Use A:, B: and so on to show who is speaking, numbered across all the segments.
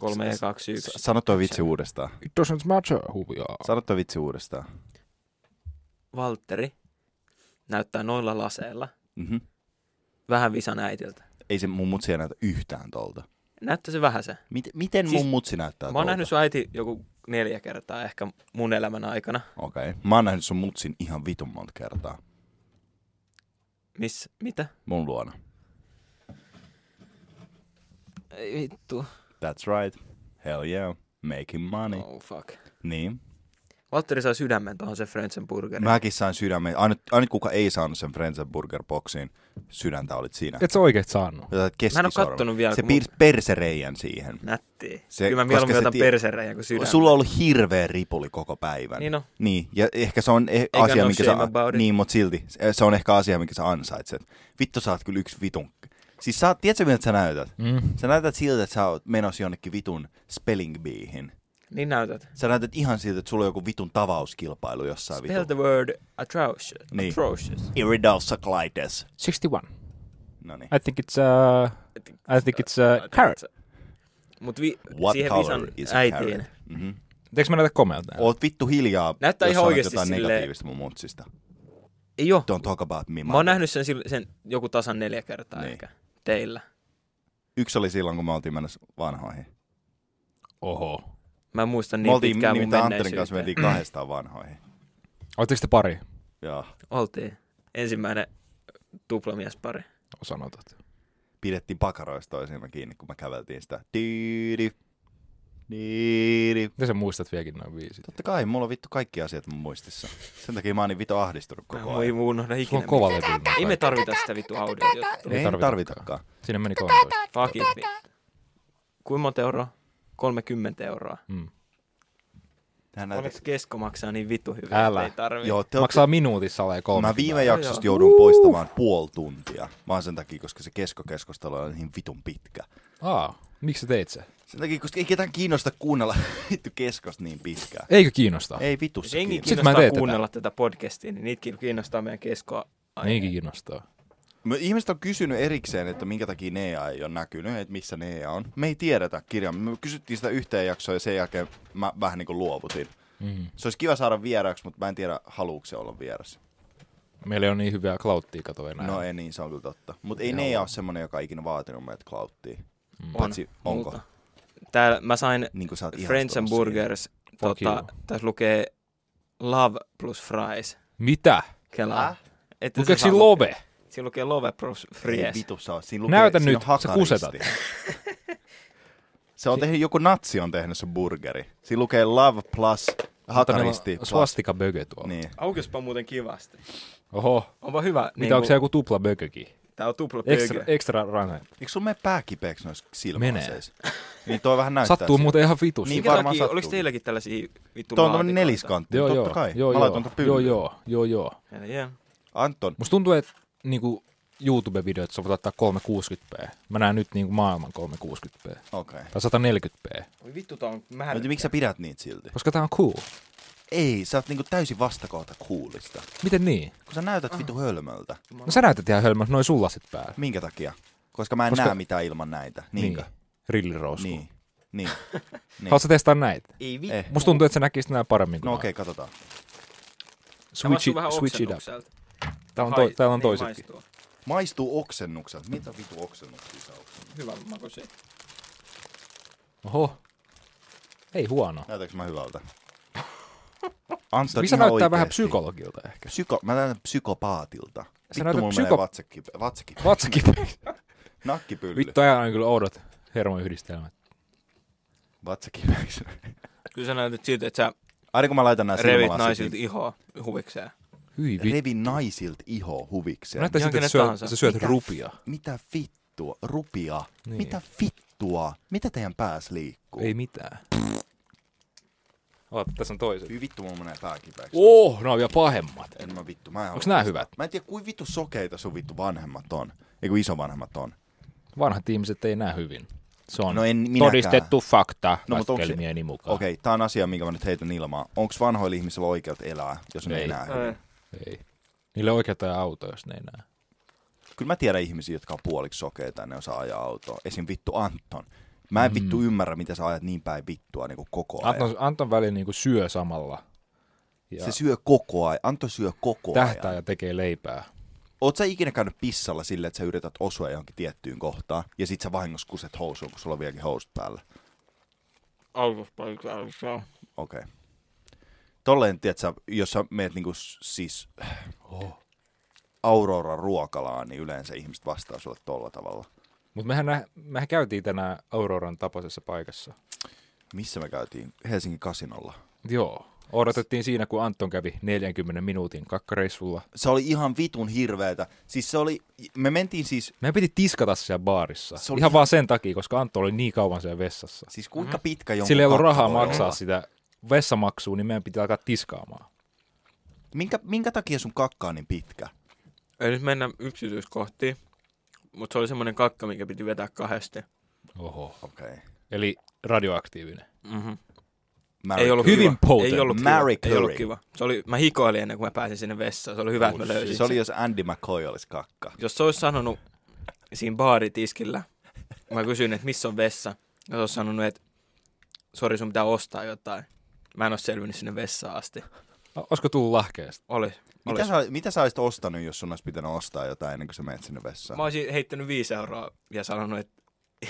A: Kolme ja kaksi
B: S-
A: yksi.
B: Sano toi vitsi uudestaan.
C: It doesn't matter who we are.
B: Sano toi vitsi uudestaan.
A: Valtteri näyttää noilla laseilla
B: Mm-hmm.
A: vähän visan äitiltä.
B: Ei se mun mutsi näytä yhtään tolta.
A: Näyttää se vähän se.
B: Miten, miten
A: Siis-
B: siis, mun mutsi näyttää
A: Mä oon
B: tolta?
A: nähnyt sun äiti joku neljä kertaa ehkä mun elämän aikana.
B: Okei. Okay. Mä oon nähnyt sun mutsin ihan vitun monta kertaa.
A: Miss, mitä?
B: Mun luona.
A: Ei vittu.
B: That's right. Hell yeah. Making money.
C: No.
A: Oh fuck.
B: Niin.
A: Valtteri sai sydämen tuohon se Frenzenburgeri.
B: Mäkin sain sydämen. Ainut, ainut kuka ei saanut sen Frenzenburger boksiin, sydäntä olit sinä.
C: Et sä oikeet saanut.
B: Sä sait
A: Mä en oo
B: keskisormen.
A: kattonut vielä,
B: Se
A: kun
B: piirsi persereijän siihen.
A: Nätti.
B: Se-
A: Kyllä mä
B: koska
A: mieluummin
B: se
A: otan tie...
B: tie-
A: persereijä kuin sydän.
B: Sulla on ollut hirveä ripuli koko päivän.
A: Niin on.
B: Niin, ja ehkä se on eh-
A: no
B: asia, minkä
A: shame about it.
B: sä, niin, mutta silti, se- se on ehkä asia, minkä sä ansaitset. Vittu, sä oot kyllä yksi vitun. Siis sä, oot- tiedätkö, miltä sä näytät?
C: Mm.
B: Sä näytät siltä, että sä oot menossa jonnekin vitun spelling beehin.
A: Niin näytät.
B: Sä näytät ihan siltä, että sulla on joku vitun tavauskilpailu jossain
A: Spell
B: vitun.
A: the word atrocious.
B: Niin.
A: Atrocious.
B: Iridalsaclides.
C: 61.
B: Noniin.
C: I think it's a... I think it's a carrot.
A: Mut vi-
B: What
A: siihen
B: color
A: visan
B: is a
A: äitiin.
B: carrot? Mm-hmm.
C: Eikö mä näytä komealta?
B: Oot vittu hiljaa,
A: Näyttää
B: jos
A: ihan
B: sanot
A: oikeesti
B: jotain
A: silleen-
B: negatiivista mun mutsista.
A: Ei oo.
B: Don't talk about me.
A: Mä oon nähnyt sen, sil- sen joku tasan neljä kertaa
B: Niin.
A: ehkä teillä.
B: Yksi oli silloin, kun me oltiin mennessä vanhoihin.
A: Niin
C: Oho.
A: Mä en muista
B: me
A: niin
B: oltiin
A: pitkään mun
B: nimittäin Antterin kanssa
A: menneisyyteen.
B: mentiin kahdestaan vanhoihin.
C: Oletteko te pari?
B: Joo.
A: Oltiin. Ensimmäinen tuplamiespari.
C: Sanotat.
B: Pidettiin pakaroista toisiimme kiinni, kun me käveltiin sitä. Diiri. Diiri.
C: Miten sä muistat vieläkin noin viisi?
B: Totta kai, mulla on vittu kaikki asiat mun muistissa. Sen takia mä oon niin vittu ahdistunut
A: Mä
B: koko
A: voi
B: ajan.
A: unohda ikinä.
C: Sulla on kova levy.
A: mitään. Ei me tarvita sitä vitu audiota.
B: Ei
C: tarvitakaan.
B: tarvitakaan.
C: Siinä meni 13.
A: Fuck it. Kuinka monta euroa? 30 euroa.
C: Mm.
B: Tähän
A: Onneksi
B: näytin.
A: kesko maksaa niin vitu hyvin,
C: Älä.
A: ettei tarvii.
B: Joo, te
C: Maksaa
B: ootte-
C: minuutissa alle kolme.
B: Mä viime
A: Joo,
B: jaksosta
A: joo.
B: jouduin poistamaan puoli tuntia. Vaan sen takia, koska se keskokeskustelu oli niin vitun pitkä.
C: Aa, miksi sä teit se?
B: Sen takia, koska ei ketään kiinnosta kuunnella vittu keskosta niin pitkään.
C: Eikö kiinnosta?
B: Ei vitussa
A: Jos jengi
B: kiinnosta.
C: Sit mä en
A: kiinnostaa
C: tee tätä.
A: kuunnella tätä. podcastia, niin niitä kiinnostaa meidän keskoa.
B: Niin.
C: Niinkin kiinnostaa.
B: Me- Ihmiset on kysynyt erikseen, että minkä takia Nea ei ole näkynyt, että missä Nea on. Me ei tiedetä kirjaa. Me kysyttiin sitä yhteen jaksoon ja sen jälkeen mä vähän niin kuin luovutin.
C: Mm.
B: Se olisi kiva saada vieraksi, mutta mä en tiedä, haluuko se olla vieras.
C: Meillä on niin hyviä cloudtia katoa enää.
B: No ei niin, se on kyllä totta. Mutta ei Nea ole semmoinen, joka ikinä vaatinut meidät klauttiin.
C: Mm.
A: On,
B: Paitsi, onko?
A: multa. Täällä mä sain
B: Niin kuin sä oot
A: Friends and
B: ihastunut siihen.
A: Burgers.
C: Fuck
A: Tota,
C: you.
A: tässä lukee love plus fries.
C: Mitä?
A: Kelaa.
B: Häh?
A: Että
C: Lukeeko
A: se
C: siinä
A: saa lukea.
C: love?
A: Siinä lukee love plus
B: Ei
A: fries.
B: vitu saa. Siinä
C: Näytä
B: siinä
C: nyt,
B: on
C: sä
B: hakaristi.
C: kusetat.
B: Se on tehnyt, joku natsi on tehnyt se burgeri. Siinä lukee love plus hakaristi plus.
C: Swastika bögö tuolla.
B: Niin.
A: Aukespa muuten kivasti.
C: Oho.
A: Onpa hyvä.
C: Mitä, onko se joku tupla bökökin?
A: Niin Tää on tupla
C: Extra,
A: pöykö.
C: extra rane.
B: Eikö sun mene pää kipeäksi noissa silmälaseissa?
C: Menee.
B: Niin toi vähän näyttää
C: Sattuu
B: siltä.
C: muuten ihan vitus.
B: Niin
A: Minkä
B: varmaan
A: takia,
B: sattuu.
A: oliko teilläkin tällaisia vittu
B: Tuo on tämmönen
A: laatikoita?
B: neliskantti,
C: Joo,
B: totta
C: joo.
B: kai.
C: Joo,
B: Mä laitan
C: joo.
B: ton
C: Joo,
B: pyllyyn.
C: joo. Joo, joo.
A: Hell yeah.
B: Anton,
C: Musta tuntuu, että niinku YouTube-videot sä voit laittaa 360p. Mä näen nyt niinku maailman 360p.
B: okei. Okay.
C: Tai 140p.
A: Oi vittu, tää on
B: No,
A: määrä.
B: miksi sä pidät niitä silti?
C: Koska tää on cool.
B: Ei, sä oot niinku täysin vastakohta coolista.
C: Miten niin?
B: Kun sä näytät vitu hölmöltä.
C: No sä näytät ihan hölmöltä noin sullasit päällä.
B: Minkä takia? Koska mä en
C: Koska- Niin.
B: näe mitään ilman näitä. Niinkö?
C: Rillirousku.
B: Niin.
C: Niin.
B: Niin. niin.
C: Haluatko sä testaa näitä?
A: Ei vittu.
B: Eh.
C: Musta tuntuu, että sä näkisit nää paremmin kuin
B: No
C: mä.
B: okei, okay, katsotaan.
A: Tää maistuu
C: Switch, it,
A: vähän
C: switch it up.
A: oksennukselta.
C: Täällä on, to,
A: Hai-
C: täällä on
A: niin
C: toisetkin.
A: maistuu.
B: Maistuu oksennukset. Mitä vitu oksennuksia sä oot?
A: Hyvä makuisi.
C: Oho. Ei huono.
B: Näytäks mä hyvältä? Anton
C: Missä
B: ihan
C: näyttää vähän
B: oikeesti.
C: psykologilta ehkä.
B: Psyko, mä näytän psykopaatilta. Vittu
C: näytät
B: mulla
C: psyko-
B: menee vatsakipeä. Vatsakipeä.
C: Vatsakipeeksi.
B: Nakkipylly.
C: Vittu, ajan on kyllä oudot hermoyhdistelmät.
B: Vatsakipeäksi.
A: Kyllä sä näytät siltä, että sä
B: Aina kun mä laitan nämä
A: revit
B: silmälasit,
A: naisilta
B: niin
A: ihoa huvikseen.
C: Hyi vittu.
B: revi naisilta iho huvikseen.
C: Näyttää
A: Ihan
C: siltä,
A: kenet
C: että syöt,
A: tahansa.
C: sä syöt
B: Mitä?
C: rupia.
B: Mitä vittua? Rupia?
C: Niin.
B: Niin. Mitä vittua? Mitä teidän pääs liikkuu?
C: Ei mitään. Oota, tässä on toiset.
B: Hyi vittu, mulla menee pääkipäiksi.
C: Oh, ne on vielä pahemmat.
B: En mä vittu, mä en halua
C: Onks nää
B: testaa.
C: hyvät?
B: Mä en tiedä, kuin vittu sokeita sun vittu vanhemmat on. Eiku isovanhemmat on.
C: Vanhat ihmiset ei näe hyvin. Se on
B: No en minäkään.
C: todistettu fakta no,
B: No, mut onks se-
C: laskelmieni mukaan.
B: Okei, okay, tää on asia, minkä mä nyt heitän ilmaan. Onks vanhoilla ihmisillä oikeut elää, jos ne
C: Ei.
B: ei näe?
C: Ei. Niille oikeutta ja auto, jos ne ei näe.
B: Kyllä mä tiedän ihmisiä, jotka on puoliksi sokeita ja ne osaa ajaa autoa. Esim. vittu Anton. Mä en vittu ymmärrä, mitä sä ajat niin päin vittua niin kuin koko ajan.
C: Anton, Anton väli niinku syö samalla. Ja
B: Se syö koko ajan. Anto syö koko
C: tähtää
B: ajan.
C: ja tekee leipää.
B: Oot sä ikinä käynyt pissalla silleen, että sä yrität osua johonkin tiettyyn kohtaan, ja sit sä vahingossa kuset housuun, kun sulla on vieläkin housut päällä? Okei. Okay. Tolleen, tiedätkö, jos sä meet niinku s- siis oh, Aurora ruokalaan, niin yleensä ihmiset vastaa sulle tolla tavalla.
C: Mutta mehän, nä- mehän käytiin tänään Auroran tapaisessa paikassa.
B: Missä me käytiin? Helsingin kasinolla.
C: Joo. Odotettiin siinä, kun Anton kävi 40 minuutin kakkareissulla.
B: Se oli ihan vitun hirveetä. Siis se oli, me mentiin siis,
C: Meidän piti tiskata siellä baarissa.
B: Se
C: Se
B: oli
C: oli
B: ihan-
C: ihan vaan sen takia, koska Antto oli niin kauan siellä vessassa.
B: siis
A: Mhm.
B: kuinka pitkä jonkun
C: Sillä ei ollut
B: kakka
C: rahaa
B: voi
C: maksaa
B: olla?
C: sitä vessamaksua, niin meidän piti alkaa tiskaamaan.
B: Minkä, minkä takia sun kakka on niin pitkä?
A: Ei nyt mennä yksityiskohtiin, mutta se oli semmoinen kakka, mikä piti vetää kahdesti.
C: Oho.
B: Okei. Okay.
C: Eli radioaktiivinen.
A: Mm-hmm.
B: Mary
A: Ei ollut
B: Curry.
C: Hyvin
A: kiva.
C: potent.
A: Ei ollut kiva.
B: Mary
A: Ei ollut
B: Curry.
A: kiva. Se oli, mä hikoilin ennen kuin mä pääsin sinne vessaan. Se oli hyvä, että mä löysin
B: Se oli, jos Andy McCoy olisi kakka.
A: jos se olisi sanonut siinä baaritiskillä, mä kysyin, että missä on vessa, ja se olisi sanonut, että sori, sun pitää ostaa jotain. Mä en ole selvinnyt sinne vessaan asti.
C: O- Olisiko tullut lahkeesta?
A: Oli.
B: Mitä
A: Olis.
B: sä, mitä sä olisit ostanut, jos sun olisi pitänyt ostaa jotain ennen kuin sä menet sinne vessaan?
A: Mä olisin heittänyt viisi euroa ja sanonut, että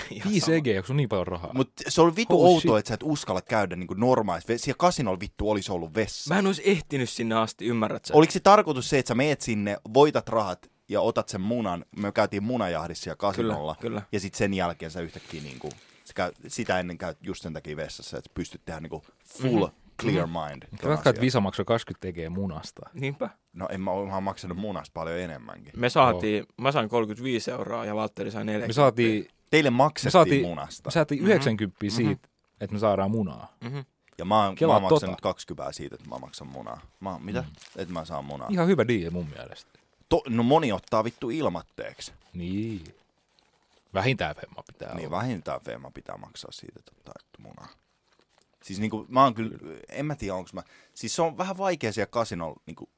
A: ihan
C: 5
A: sama.
C: EG, onko sun niin paljon rahaa? Mut...
B: Mut se oli vittu
C: Holy
B: outoa, että sä et uskalla käydä niinku normaalissa. ve- Siellä kasinolla vittu olisi ollut vessa.
A: Mä en olisi ehtinyt sinne asti, ymmärrät sä?
B: Oliko se tarkoitus se, että sä meet sinne, voitat rahat ja otat sen munan? Me käytiin munajahdissa siellä kasinolla.
A: kyllä.
B: Ja sitten sen jälkeen sä yhtäkkiä niinku, sä käy, sitä ennen käyt just sen takia vessassa, että pystyt tehdä niinku full
C: Mhm.
B: clear mind. ton
C: Ratkaa, että
B: asian.
C: Visa maksoi 20 EG munasta.
A: Niinpä.
B: No en mä oonhan maksanut munasta paljon enemmänkin.
A: Me saatiin, mä sain 35 euroa ja Valtteri sai 40.
C: Me saatiin,
B: Teille
C: me
B: maksettiin
C: saatiin,
B: munasta.
C: me saatiin 90 siitä, että me saadaan munaa.
A: Mm-hmm.
B: Ja mä, oon- mä
C: Kelaa
B: oon maksanut
C: tota. Mhm.
B: 20 siitä, että mä maksan munaa. Mä, oon- mitä? Mm. Että mä saan munaa.
C: Ihan hyvä diili mun mielestä.
B: To, no moni ottaa vittu ilmatteeksi.
C: Niin. Vähintään femma pitää
B: Niin
C: olla.
B: vähintään Veema pitää maksaa siitä, että ottaa vittu munaa. Siis niinku, mä oon kyllä, en mä tiedä onks mä, siis se on vähän vaikea siellä kasinolla niinku,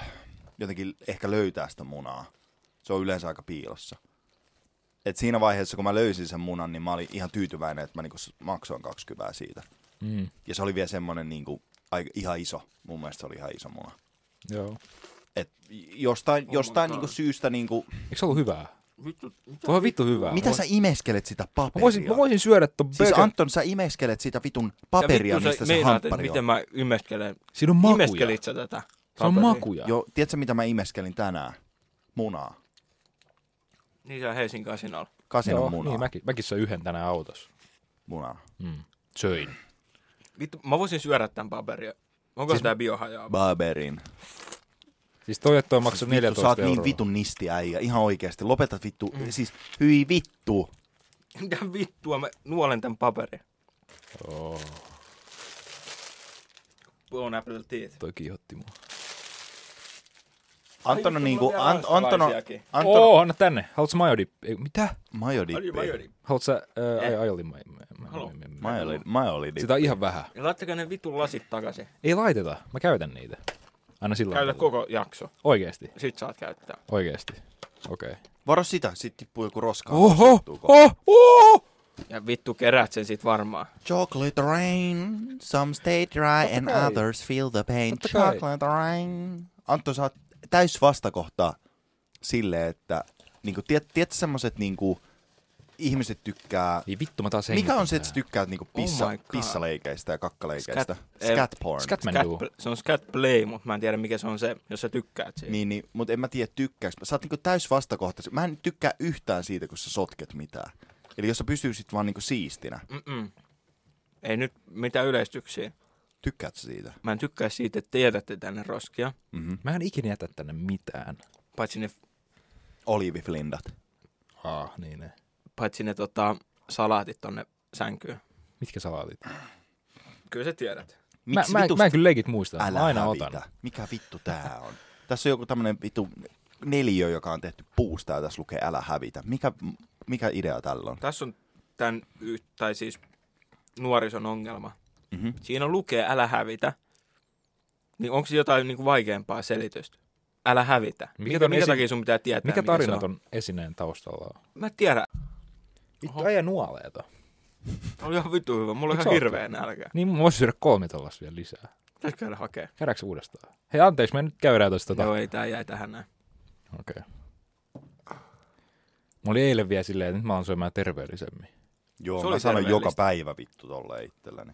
B: äh, jotenkin ehkä löytää sitä munaa. Se on yleensä aika piilossa. Et siinä vaiheessa, kun mä löysin sen munan, niin mä olin ihan tyytyväinen, että mä niinku s- maksoin 20 siitä.
C: Mm.
B: Ja se oli vielä semmonen niinku, aika, ihan iso, mun mielestä se oli ihan iso muna.
C: Joo.
B: Et jostain, jostain niinku syystä niinku,
C: Eikö se ollut hyvää?
A: Vittu, mitä?
C: Voi vittu hyvää.
B: mitä sä imeskelet sitä paperia?
C: Mä voisin, mä voisin syödä ton
B: Siis
C: burger-
B: Anton, sä imeskelet sitä vitun paperia,
A: vittu, sä
B: mistä se
A: meinaat, että
B: hamppari
A: miten
B: on.
A: mä imeskelen.
C: Siinä on makuja.
A: Imeskelit sä tätä?
C: Se on
A: paperia?
C: makuja.
B: Joo, tiedätkö mitä mä imeskelin tänään? Munaa.
A: Niin se on Helsingin kasinolla.
B: Kasinon Joo, munaa.
C: niin,
B: Niin,
C: mäkin, mäkin söin yhden tänään autossa.
B: munaa.
C: Mm. Söin.
A: Vittu, mä voisin syödä tämän paperia. Onko siis... tämä biohajaava?
B: Barberin.
C: Siis toi, että toi maksoi
B: Vittu,
C: 14
B: sä oot
C: euroa.
B: niin vitun nisti äijä, ihan oikeesti. Lopetat vittu, mm. siis hyi vittu.
A: Mitä vittua, mä nuolen tämän paperin.
C: Oo,
A: Blown apple teeth.
C: toi kiihotti mua.
B: Anton on
A: Ai vittu,
B: niinku,
A: mulla on vielä
B: Ant- Anton on,
A: ranskalaisiakin.
B: Anton on,
C: Oo, anna tänne. Haluatko sä majodippi? Ei, Mitä?
A: Oh! Ai, mä
B: majodippi.
A: jodin.
C: Haluatko sä... Äh,
A: Eh.
C: ai, ai, oli ma- ma-
A: Halu.
C: ma- ma-
B: Majoli, majolidippi.
C: Sitä on ihan vähän.
A: Ja laittakaa ne vitun lasit takaisin.
C: Ei laiteta. Mä käytän niitä. Aina silloin.
A: Käytä
C: tällöin.
A: koko jakso.
C: Oikeesti.
A: Sit saat käyttää.
C: Oikeesti. Okei. Okay.
B: Varo sitä, sit tippuu joku roska.
C: Oho! Oh! Oh!
A: Ja vittu keräät sen sit varmaan.
B: Chocolate rain, some stay dry and
C: kai.
B: others feel the pain.
C: Totta kai.
B: Chocolate rain. Antto, sä oot täys vastakohta sille, että niinku, tiedät, tiedät semmoset niinku, ihmiset tykkää...
C: Ei vittu, mä taas
B: Mikä on se, että
C: hengitän
B: sä tykkäät niinku pissa,
A: Oh my
B: oh
A: god.
B: pissaleikeistä ja kakkaleikeistä?
A: Scat-
B: Scat,
A: eh,
B: scat porn.
C: tää. Scatman
A: Scat,
C: juu.
A: pl- se on scat play, mutta mä en tiedä mikä se on se, jos sä tykkäät siitä.
B: Niin, niin, mutta en mä tiedä tykkääks. Sä oot niinku täys vastakohta. Mä en tykkää yhtään siitä, kun sä sotket mitään. Eli jos sä pysyisit vaan niinku siistinä,
C: Niin.
A: Mm-mm. Ei nyt mitään yleistyksiä.
B: tykkäät sä siitä?
A: Mä en tykkää siitä, että tiedätte tänne roskia.
B: Mm-hmm.
C: Mä en ikinä jätä tänne mitään.
A: Paitsi ne,
B: Oliiviflindat.
C: Ah, niin ne.
A: paitsi ne tota, salaatit tonne sänkyyn.
C: Mitkä salaatit?
A: Kyllä sä tiedät.
B: Miksi
C: mä, mä,
B: vitusta
C: mä en kyllä legit muista.
B: Älä
C: mä aina
B: hävitä.
C: otan.
B: Mikä vittu tää on? Tässä on joku tämmönen vittu neliö, joka on tehty puusta ja tässä lukee älä hävitä. Mikä, mikä idea tällä on?
A: Tässä on tämän, y- tai siis nuorison ongelma.
B: Mhm.
A: Siinä lukee älä hävitä. Niin onko se jotain niin kuin vaikeampaa selitystä? Älä hävitä. Mikä, mikä,
C: ton
A: mikä
C: esi-
A: takia sun pitää tietää? mikä
C: Mikä
A: se
C: tarina
A: on?
C: ton esineen taustalla on?
A: Mä tiedän.
C: Vittu,
A: Oho.
C: äijä nuoleeta.
A: Oli ihan vittu hyvä. Mulla on
C: Eikö
A: ihan
C: se
A: hirveä nälkä.
C: Niin mä voisin syödä kolme tollas vielä lisää.
A: Pitäis käydä hakee.
C: Käydäänkö se uudestaan? Hei, anteeksi, me nyt käydään tosta.
A: Tota.
C: Tota.
A: Joo, ei tää jäi tähän näin.
C: Okei. Okay. Mä olin eilen vielä silleen, että nyt mä oon syömään terveellisemmin.
B: Joo,
A: Se
B: se mä
A: oli
B: sanon joka
A: terveellistä.
B: päivä vittu tolleen itselleni.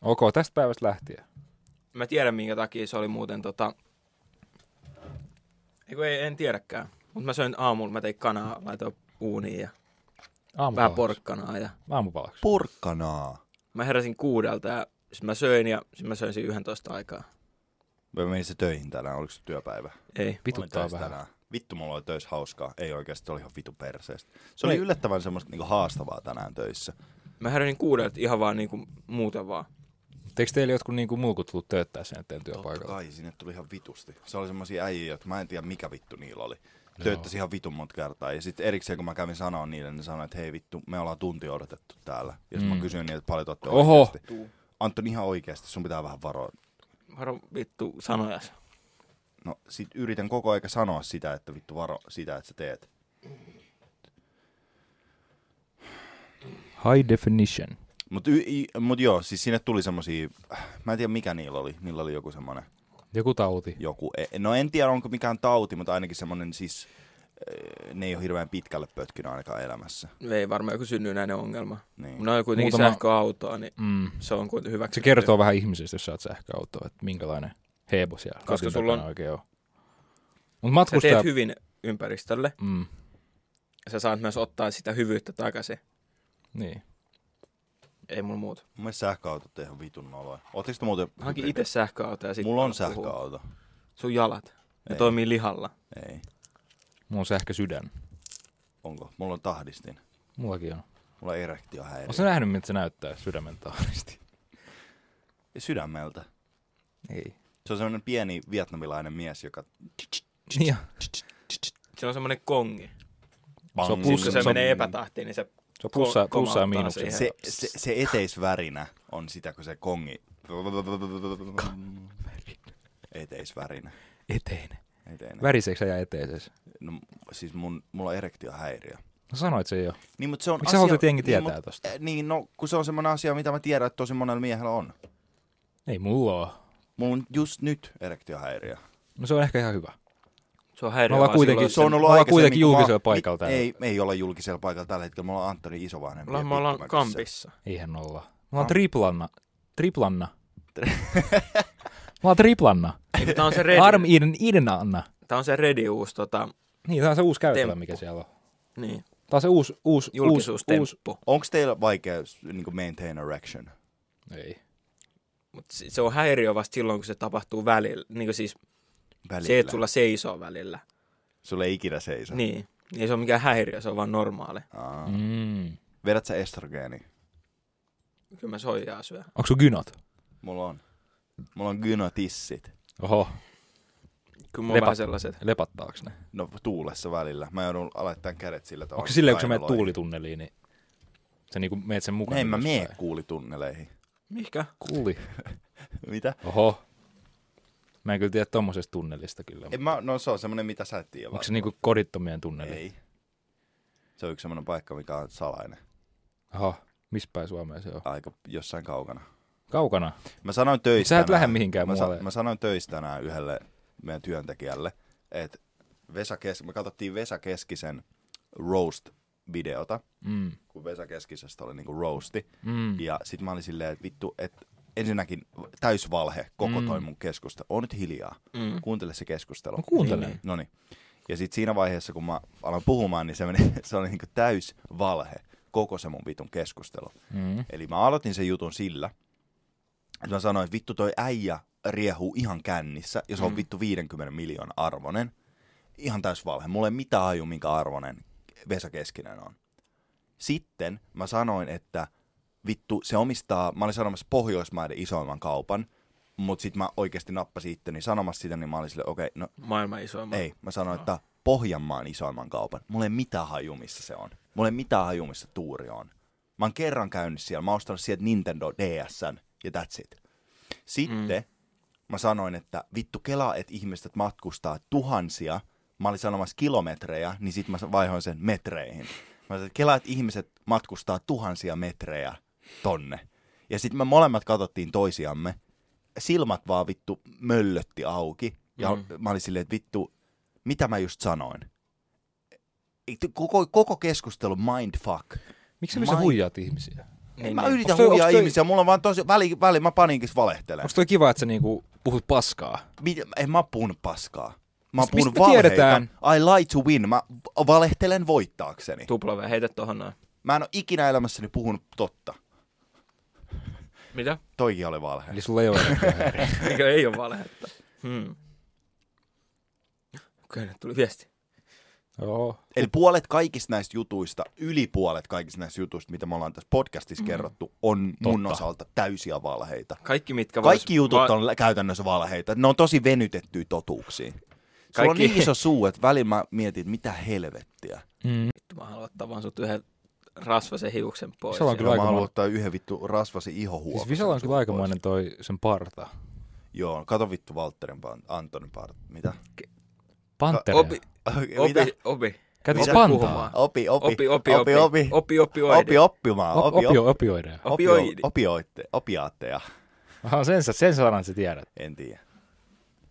C: Ok, tästä päivästä lähtien.
A: Mä tiedän minkä takia se oli muuten tota... Eiku, ei, en tiedäkään. Mut mä söin aamulla, mä tein kanaa, laitoin uuniin ja vähän
C: Aamupalaksi.
A: porkkanaa ja
C: Aamupalaksi.
B: Porkkanaa.
A: mä heräsin kuudelta ja sit mä söin ja sit mä söin siinä 11 aikaa.
B: Mä menin se töihin tänään, oliko se työpäivä?
A: Ei.
B: Olin
C: Vituttaa
B: töissä
C: vähän.
B: tänään. Vittu, mulla oli töissä hauskaa. Ei oikeasti, oli ihan vitu perseestä. Se oli
C: Ei.
B: yllättävän semmoista niinku haastavaa tänään töissä.
A: Mä heräsin kuudelta ihan vaan niinku muuten vaan.
C: Teikö teille jotkut niinku mulkut tullut tööttää sen teidän
B: Totta
C: työpaikalla?
B: kai, sinne tuli ihan vitusti. Se oli semmoisia äijiä, jotka mä en tiedä mikä vittu niillä oli. Tööttäisi ihan vitun monta kertaa. Ja sitten erikseen, kun mä kävin sanoa niille, niin ne sanoi, että hei vittu, me ollaan tunti odotettu täällä. Ja mm. mä
C: Mm.
B: kysyin niiltä, että paljon te ootte
C: Oho.
B: oikeasti. Antoni, ihan oikeasti, sun pitää vähän varoa.
A: Varo vittu sanojas.
B: No sit yritän koko aika sanoa sitä, että vittu varo sitä, että sä teet.
C: High definition.
B: Mut, y- y- mut joo, siis sinne tuli semmosia, mä en tiedä mikä niillä oli. Niillä oli joku semmonen
C: Joku tauti.
B: joku, e- no en tiedä onko mikään tauti, mutta ainakin semmonen siis, eh, ne ei ole hirveän pitkälle pötkinä ainakaan elämässä.
A: Ei varmaan joku synnynäinen ongelma.
B: Niin.
A: Mun on kuitenkin
C: Muutama-
A: Muutama... sähköautoa, niin
C: Mm.
A: se on kuitenkin hyväksi.
C: Se kertoo vähän ihmisestä, jos sä oot sähköautoa, että minkälainen hebo siellä
A: Koska
C: ratin
A: sulla on-
C: takana oikein on. Mutta
A: Sä teet
C: matkustaa...
A: hyvin ympäristölle.
C: Mm,
A: ja Sä saat myös ottaa sitä hyvyyttä takaisin.
C: niin.
A: Ei mulla muuta.
B: Mun mielestä sähköautot on ihan vitun noloja. Ootteko te muuten...
A: Hankin itse sähköauto ja sitten
B: Mulla on sähköauto.
A: Sun jalat. Ne
B: Ei.
A: toimii lihalla.
B: Ei.
C: Mulla on sähkösydän.
B: Onko? Mulla on tahdistin.
C: Mullakin on.
B: Mulla on erektiohäiriö.
C: Oletko sä nähnyt, miltä se näyttää sydämen tahdisti?
B: Ja Sydämeltä.
C: Ei.
B: Se on semmoinen pieni vietnamilainen mies, joka...
C: Niin jo.
A: Se on semmoinen kongi.
C: Niin, Se on
A: Plus,
C: Plus-
A: kun se
C: se-
A: menee epätahtiin, niin se...
C: Se on plussaa,
A: Ko- komauttaa
C: plussaa ja miinuksia.
A: siihen.
B: Se, se, se eteisvärinä on sitä, kun se kongi... Eteisvärinä.
C: Eteinen.
B: Eteinen.
C: Väriseekö sä ja eteises?
B: No, siis mun, mulla on erektiohäiriö.
C: No sanoit se jo.
B: Niin, mutta se on
C: Miksi sä haluat, että jengi tietää
B: niin,
C: tosta?
B: Mut, niin, no, kun se on semmoinen asia, mitä mä tiedän, että tosi monella miehellä on.
C: Ei mulla oo.
B: Mulla on just nyt erektiohäiriö.
C: No se on ehkä ihan hyvä.
A: Se on häiriö.
C: Me ollaan
A: vaan silloin,
C: kuitenkin-
A: että
B: Se on ollut
C: Me ollaan
B: aikaisemmin,
C: kuitenkin
B: kun mä-
C: julkisella paikalla
B: mi-
C: tällä
B: Ei, me ei olla julkisella paikalla tällä hetkellä. Me ollaan Antoni isovanhempi.
A: Me ollaan, me ollaan kampissa.
C: Eihän olla. Mulla
B: Kam-
A: Ah.
C: on triplanna. Triplanna. Mulla on triplanna.
A: Eiku, Niin tää on se Redi.
C: Arm in, in anna.
A: Tää on se Redi uusi tota...
C: Niin, tää on se uusi käytävä,
A: Temppu.
C: mikä siellä on.
A: Niin.
C: Tää on se uusi, uusi, uusi, uusi.
A: Julkisuustemppu.
B: Onko teillä vaikea niin maintain erection?
C: Ei.
A: Mutta se on häiriö vasta silloin, kun se tapahtuu välillä. Niin kuin siis
B: Välillä.
A: se, että sulla seisoo välillä.
B: Sulla ei ikinä seiso.
A: Niin. Ei se ole mikään häiriö, se on vaan normaali.
B: Aa.
C: Mm.
B: Vedät sä estrogeeni?
A: Kyllä mä soijaa syön.
C: Onko sun gynot?
B: Mulla on. Mulla on gynotissit.
C: Oho,
A: Kyllä mulla on
C: Lepat-
A: vähän sellaiset.
C: lepattaaks ne?
B: No tuulessa välillä. Mä joudun laittamaan kädet sillä tavalla.
C: Onko se silleen, kun sä menet
B: kainaloihin.
C: tuulitunneliin, niin sä niinku meet sen mukaan?
B: No en mä
C: ylöspäin?
B: mene kuulitunneleihin.
A: Mihkä?
C: Kuli.
B: Mitä?
C: Oho. Mä en kyllä tiedä tommosesta tunnelista kyllä.
B: En mä, no se on semmonen, mitä sä et tiedä.
C: Onko se niinku kodittomien tunneli?
B: Ei. Se on yksi semmonen paikka, mikä on salainen.
C: Oho, missä päin Suomea se on?
B: Aika jossain kaukana.
C: Kaukana.
B: Mä sanoin töistä.
C: Sä et
B: tänään-
C: lähde mihinkään
B: mä,
C: muualle.
B: mä sanoin töistä tänään yhdelle meidän työntekijälle, että Vesa Kes- me katsottiin Vesa Keskisen roast-videota,
C: Mm.
B: kun Vesa Keskisestä oli niinku roasti.
C: Mm.
B: Ja sit mä olin silleen, että vittu, että ensinnäkin täysvalhe koko toi
C: Mm.
B: mun keskustelu. On nyt hiljaa.
A: Mm.
B: Kuuntele se keskustelu.
C: Mä kuuntelen.
A: Niin,
B: No niin. Ja sitten siinä vaiheessa, kun mä alan puhumaan, niin se, meni, se oli niinku täys valhe koko se mun vitun keskustelu.
C: Mm.
B: Eli mä aloitin sen jutun sillä, että mä sanoin, että vittu toi äijä riehuu ihan kännissä ja se on
A: Mm.
B: vittu 50 miljoonan arvonen. Ihan täys valhe. Mulla ei mitään haju, minkä arvonen Vesa Keskinen on. Sitten mä sanoin, että vittu se omistaa, mä olin sanomassa Pohjoismaiden isoimman kaupan, mutta sitten mä oikeasti nappasin itteni sanomassa sitä, niin mä olin silleen, okei, okay, no
A: Maailman isoimman.
B: ei, mä sanoin, että Pohjanmaan isoimman kaupan. Mulla ei mitään haju, missä se on. Mulla ei mitään haju, missä tuuri on. Mä oon kerran käynyt siellä, mä oon ostanut sieltä Nintendo DSn ja that's it. Sitten mm. mä sanoin, että vittu kelaa, että ihmiset matkustaa tuhansia. Mä olin sanomassa kilometrejä, niin sit mä vaihoin sen metreihin. Mä sanoin, että kelaa, että ihmiset matkustaa tuhansia metrejä tonne. Ja sitten me molemmat katsottiin toisiamme. Silmät vaan vittu möllötti auki. Ja mm. mä olin silleen, että vittu, mitä mä just sanoin? Ei- Koko, koko keskustelu mindfuck.
C: Miksi sä
B: Mai-
C: huijaat ihmisiä?
A: Niin,
B: mä
A: niin.
B: yritän
C: Onks toi-
B: huijaa
C: onks toi-
B: ihmisiä, mulla on vaan tosi, väli, väli mä paniinkis valehtelen.
C: Onko toi kiva, että sä niinku puhut paskaa?
B: Mit, en mä puhun paskaa. Mä
C: Mistä-
B: puhun
C: mistä me
B: valheita.
C: tiedetään?
B: I lie to win. Mä valehtelen voittaakseni.
A: Tupla vähän, heitä tohon noin.
B: Mä en ole ikinä elämässäni puhunut totta.
A: Mitä?
B: Toikin oli valhe.
C: Eli sulla ei ole energiaa häiriä.
A: Eikö ei ole valhetta? Hmm. Okei, nyt tuli viesti.
C: Joo.
B: Eli puolet kaikista näistä jutuista, yli puolet kaikista näistä jutuista, mitä me ollaan tässä podcastissa mm. kerrottu, on mun
C: Totta.
B: osalta täysiä valheita.
A: Kaikki, mitkä vois-
B: Kaikki jutut on lä- käytännössä valheita. Ne on tosi venytettyjä totuuksiin. Sulla on
A: Kaikki-
B: niin iso suu, että välillä mä mietin, että mitä helvettiä.
C: Mm.
A: Mä haluan ottaa vaan sut yhden rasvasen hiuksen pois.
C: Se on
A: Ja-
C: kyllä
B: Kyllä mä
C: aikamoinen.
B: haluan ottaa yhden vittu rasvasi ihohuokosen.
C: Siis Visalla on kyllä
B: sulla pois.
C: aikamoinen toi sen parta.
B: Joo, kato vittu Valtterin pant, Antonin part. Mitä?
C: Pantere.
A: Opi,
C: Opi.
B: Mitä?
A: opi, opi.
C: Käytäks
A: Mitä
C: pantaa?
A: puhumaan?
B: Opi, opi,
A: Opi, opi, opi.
B: opi,
A: Opi, opi,
B: opi,
A: opi.
B: oppimaan,
C: Op-
B: opi,
C: opio,
B: opi,
C: opioideja.
B: opi,
A: opioidi.
B: opioitte, opiaatteja,
C: Aha, sen, sä- sen sanan sä tiedät.
B: en tiedä.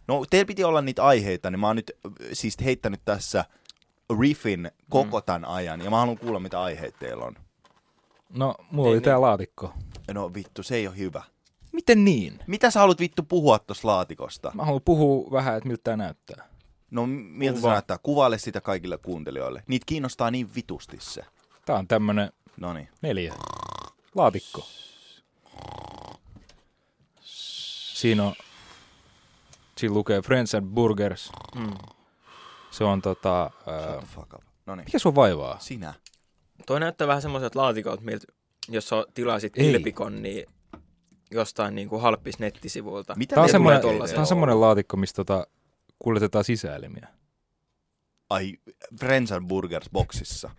B: No, teillä piti olla niitä aiheita, niin mä oon nyt äh, siis heittänyt tässä riffin
C: Mm.
B: koko tämän ajan, ja mä haluan kuulla, mitä aiheet teillä on.
C: No, mulla oli
A: Niin,
C: tää laatikko.
B: No vittu, se ei ole hyvä.
C: Miten niin?
B: Mitä sä haluat vittu puhua tuosta laatikosta?
C: Mä haluan puhua vähän, että miltä tää näyttää.
B: No, m- miltä se
A: Kuva.
B: näyttää? Kuvaile sitä kaikille kuuntelijoille. Niitä kiinnostaa niin vitusti se. No niin,
C: Tää on tämmönen
B: Noniin.
C: neljä. Laatikko. Siinä on... Siinä lukee Friends and Burgers.
A: Mm.
C: Se on tota...
B: Shut
C: Ää,
B: the fuck up. Noniin.
C: mikä sua vaivaa?
B: Sinä.
A: Toi näyttää vähän semmoiselta laatikolta, miltä, jos sä tilaisit
C: Ei.
A: kilpikon, niin jostain niin kuin halppis nettisivuilta.
B: Mitä
C: Tää on,
A: ne
C: semmoinen,
A: tulee tollasella
C: tää on semmoinen laatikko, missä tota, kuljetetaan sisäelimiä.
B: Ai, Friends and Burgers boksissa.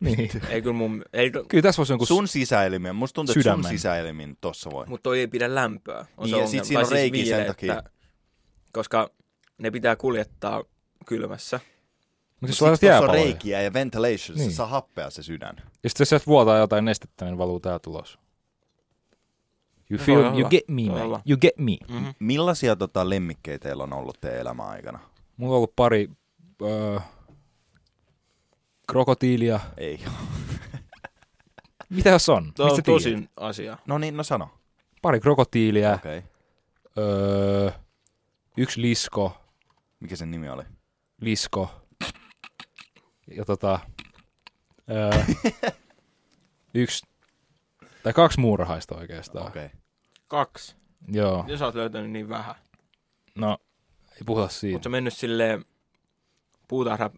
C: Niin.
A: Ei kyllä mun, ei,
C: Kyllä tässä voisi jonkun...
B: Sun sisäelimen, musta tuntuu, että sun
C: Sydämen.
B: sisäelimin tossa voi.
A: mutta toi ei pidä lämpöä. On se
B: Niin, ja
A: ongelma.
B: sit siinä
A: Tai
B: on reikiä sen
A: viileyttä,
B: takia.
A: Koska ne pitää kuljettaa kylmässä.
C: Mutta jos
B: Siksi
C: laitat
B: tuossa on
C: jääpaloja,
B: reikiä ja ventilation, niin.
C: Niin.
B: se saa happea se sydän.
C: ja sitten jos sieltä vuotaa jotain nestettä, niin valuu täältä ulos. You
A: No,
C: feel,
A: voi
C: you
A: olla.
C: get me,
A: Voi olla.
C: man. You get me.
B: Mm.
A: Mm-hmm.
B: Millaisia tota, lemmikkejä teillä on ollut teidän elämän aikana?
C: Mulla on ollut pari öö, krokotiilia.
B: Ei.
C: Mitä jos on?
A: Tuo on
C: Mistä tiedät?
A: tosin asia.
B: No niin, no sano.
C: Pari krokotiilia, okay.
B: Okei. Okay.
C: öö, yksi lisko,
B: Mikä sen nimi oli?
C: lisko ja tota, öö, yksi tai kaksi muurahaista oikeastaan.
B: Okei.
C: Okay.
B: Okay.
A: Kaksi.
C: Joo,
A: Ja sä oot löytänyt niin vähän.
C: no ei puhuta siitä.
A: Mutta sä mennyt silleen puutarha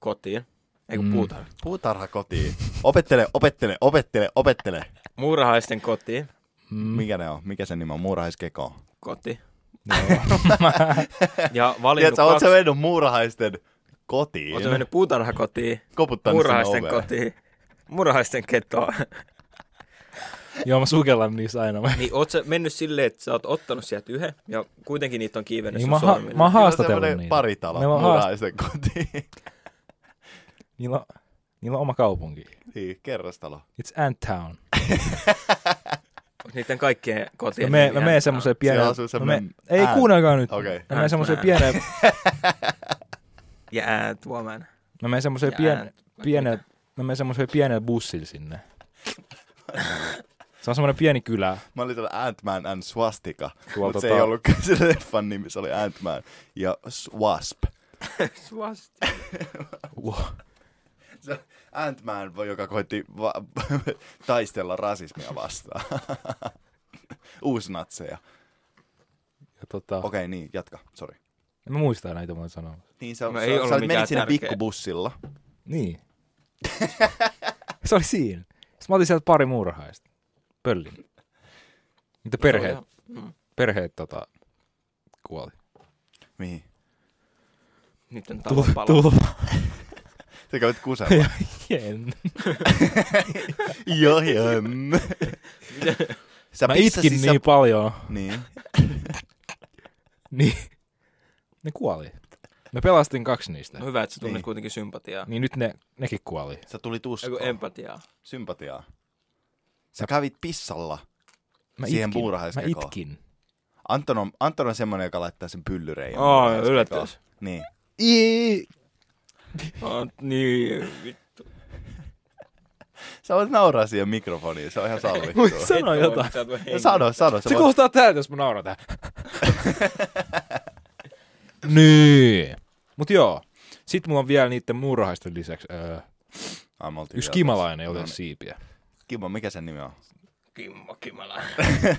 A: kotiin. Ei kun
C: Mm.
A: mm. puutarha.
B: Puutarha kotiin. Opettele, opettele, opettele, opettele.
A: Muurahaisten kotiin.
C: Mm,
B: Mikä ne on? Mikä sen nimi on? Muurahaiskeko.
A: Koti.
C: joo.
A: Ja valinnut
B: Tiedätkö, oot
A: niinku kaksi.
B: sä mennyt muurahaisten kotiin?
A: Oot sä mennyt puutarhakotiin,
B: koputtanut sen
A: muurahaisten
B: oveen. Niin,
A: kotiin, muurahaisten ketoon.
C: joo, mä sukellan niissä aina.
A: Niin oot sä mennyt silleen, että sä oot ottanut sieltä yhden ja kuitenkin niitä on kiivennyt niin
C: Niin mä,
A: sun
C: ha-
A: sormille.
C: mä oon
B: Niillä no on
C: haastatellut
B: semmoinen
C: niitä.
B: Paritalo,
C: Ne on haast-
B: muurahaisten kotiin.
C: niillä, on, niillä on oma kaupunki.
B: niin, kerrostalo.
C: It's Ant Town.
A: Niiden kaikkien
C: Mä
A: kotien.
B: niin
C: menen, mä
A: nimiä.
C: menen semmoiseen pieneen...
B: asuu
C: Mä
B: semmonen
C: menen, ei
B: ant.
C: kuunnelkaa nyt.
B: Okei.
C: Mä menen semmoiseen
A: Ant-Man.
C: pieneen...
A: Ja ant woman.
C: Mä menen semmoiseen
A: Ja
C: pien,
A: ant-
C: pieneen... Mä menen semmoiseen pieneen bussille sinne. Se on semmoinen pieni kylä.
B: Mä olin tuolla Ant-Man and Swastika,
C: Tuolla
B: mutta se
C: tota-
B: ei ollut se leffan nimi, se oli Ant-Man ja Swasp.
A: Suosti.
B: Se Ant-Man, voi- joka koitti va- taistella rasismia vastaan. Uusnatseja.
C: Ja tota, okay.
B: Okei, okay, niin, jatka, sori.
C: En mä muista näitä mun sanoa.
B: Niin, sä,
A: No
B: sä,
A: ei ollut
B: sä
A: mikään
B: menit sinne
A: tärkeä.
B: pikkubussilla.
C: Niin. se oli siinä. Sitten mä otin sieltä pari muurahaista. Pöllin. Niitä perheet,
A: Mm.
C: perheet tota, kuoli.
B: Mihin?
A: Nyt on
C: Tulo,
A: talon palo.
C: tulo.
B: Sä kävit kusella.
C: En.
B: joo, joo. Sä
C: Mä
B: pissasit
C: itkin
B: siis sä-
C: niin paljon.
B: Niin.
C: Niin. Ne kuoli. Me pelastin kaksi niistä.
A: No hyvä, että sä tunnet
B: Niin.
A: niin. kuitenkin sympatiaa.
C: Niin nyt ne, nekin kuoli.
B: Sä tuli
A: Eiku,
B: tuskaa.
A: empatiaa.
B: Sympatiaa. Sä kävit pissalla.
C: Mä
B: Siihen
C: itkin. Mä
B: puurahaiskeko.
C: itkin.
B: Anton on, Anton on semmoinen, joka laittaa sen pyllyreen.
A: Aa,
B: jonnekin
A: yllätys.
B: eskekoon. Niin.
C: I...
A: Oh, niin, vittu.
B: Sä voit nauraa siihen mikrofoniin, se on ihan
C: Voi
B: sallittua.
C: Sano
A: Vittu,
C: jotain.
A: sä et voi
B: No
A: hengitä.
B: Sano, sano. Sä
C: Se
B: voit...
C: kuulostaa täältä, jos mä nauran tähän. niin. Mut joo. Sit mulla on vielä niiden muurahaisten lisäksi öö,
B: Ah, me oltiin
C: yksi
B: vielä
C: kimalainen, jolla
B: No
C: on
B: niin.
C: siipiä.
B: Kimmo, mikä sen nimi on?
A: Kimmo Kimala.
C: Ja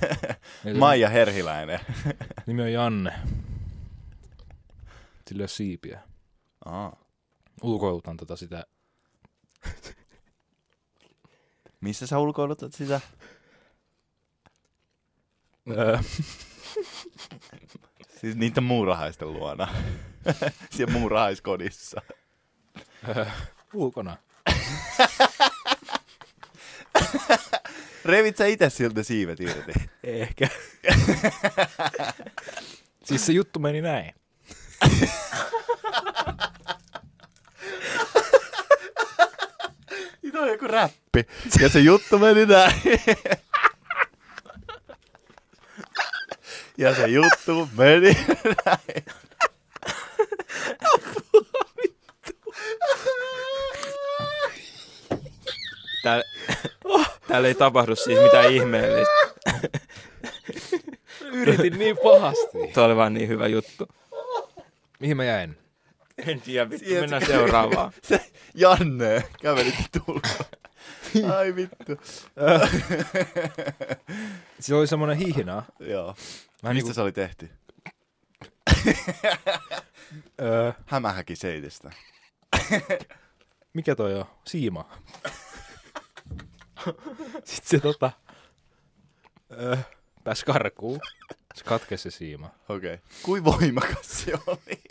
C: sen
B: Maija Herhiläinen.
C: Nimi on Janne. Sillä ei ole siipiä.
B: Aa,
C: Ulkoilutan tota sitä.
B: missä sä ulkoilutat sitä?
C: Öö,
B: Siis niitä muurahaisten luona. Siellä muurahaiskodissa.
C: ulkona.
B: Revit sä itse siltä siivet irti.
C: Ehkä. siis se juttu meni näin.
B: Siitä on joku räppi. Ja se juttu meni näin. Ja se juttu meni näin.
A: Täällä,
B: Oh.
A: täällä ei tapahdu siis mitään ihmeellistä.
C: Yritin niin pahasti.
A: Tuo oli vaan niin hyvä juttu.
C: Mihin mä jäin?
A: En tiedä, vittu,
B: Siihen-
A: mennään seuraavaan.
B: Se Janne käveli tulkoon. Ai vittu.
C: Se Siis oli semmonen hihna.
B: Joo.
C: Vähän
B: Mistä
C: niinku,
B: se oli tehty?
C: öö,
B: Hämähäki seitistä.
C: mikä toi on? Siima. Sitten se tota... Öö, pääs karkuun. Se katkesi se siima.
B: Okei. Okay. Kuin voimakas se oli?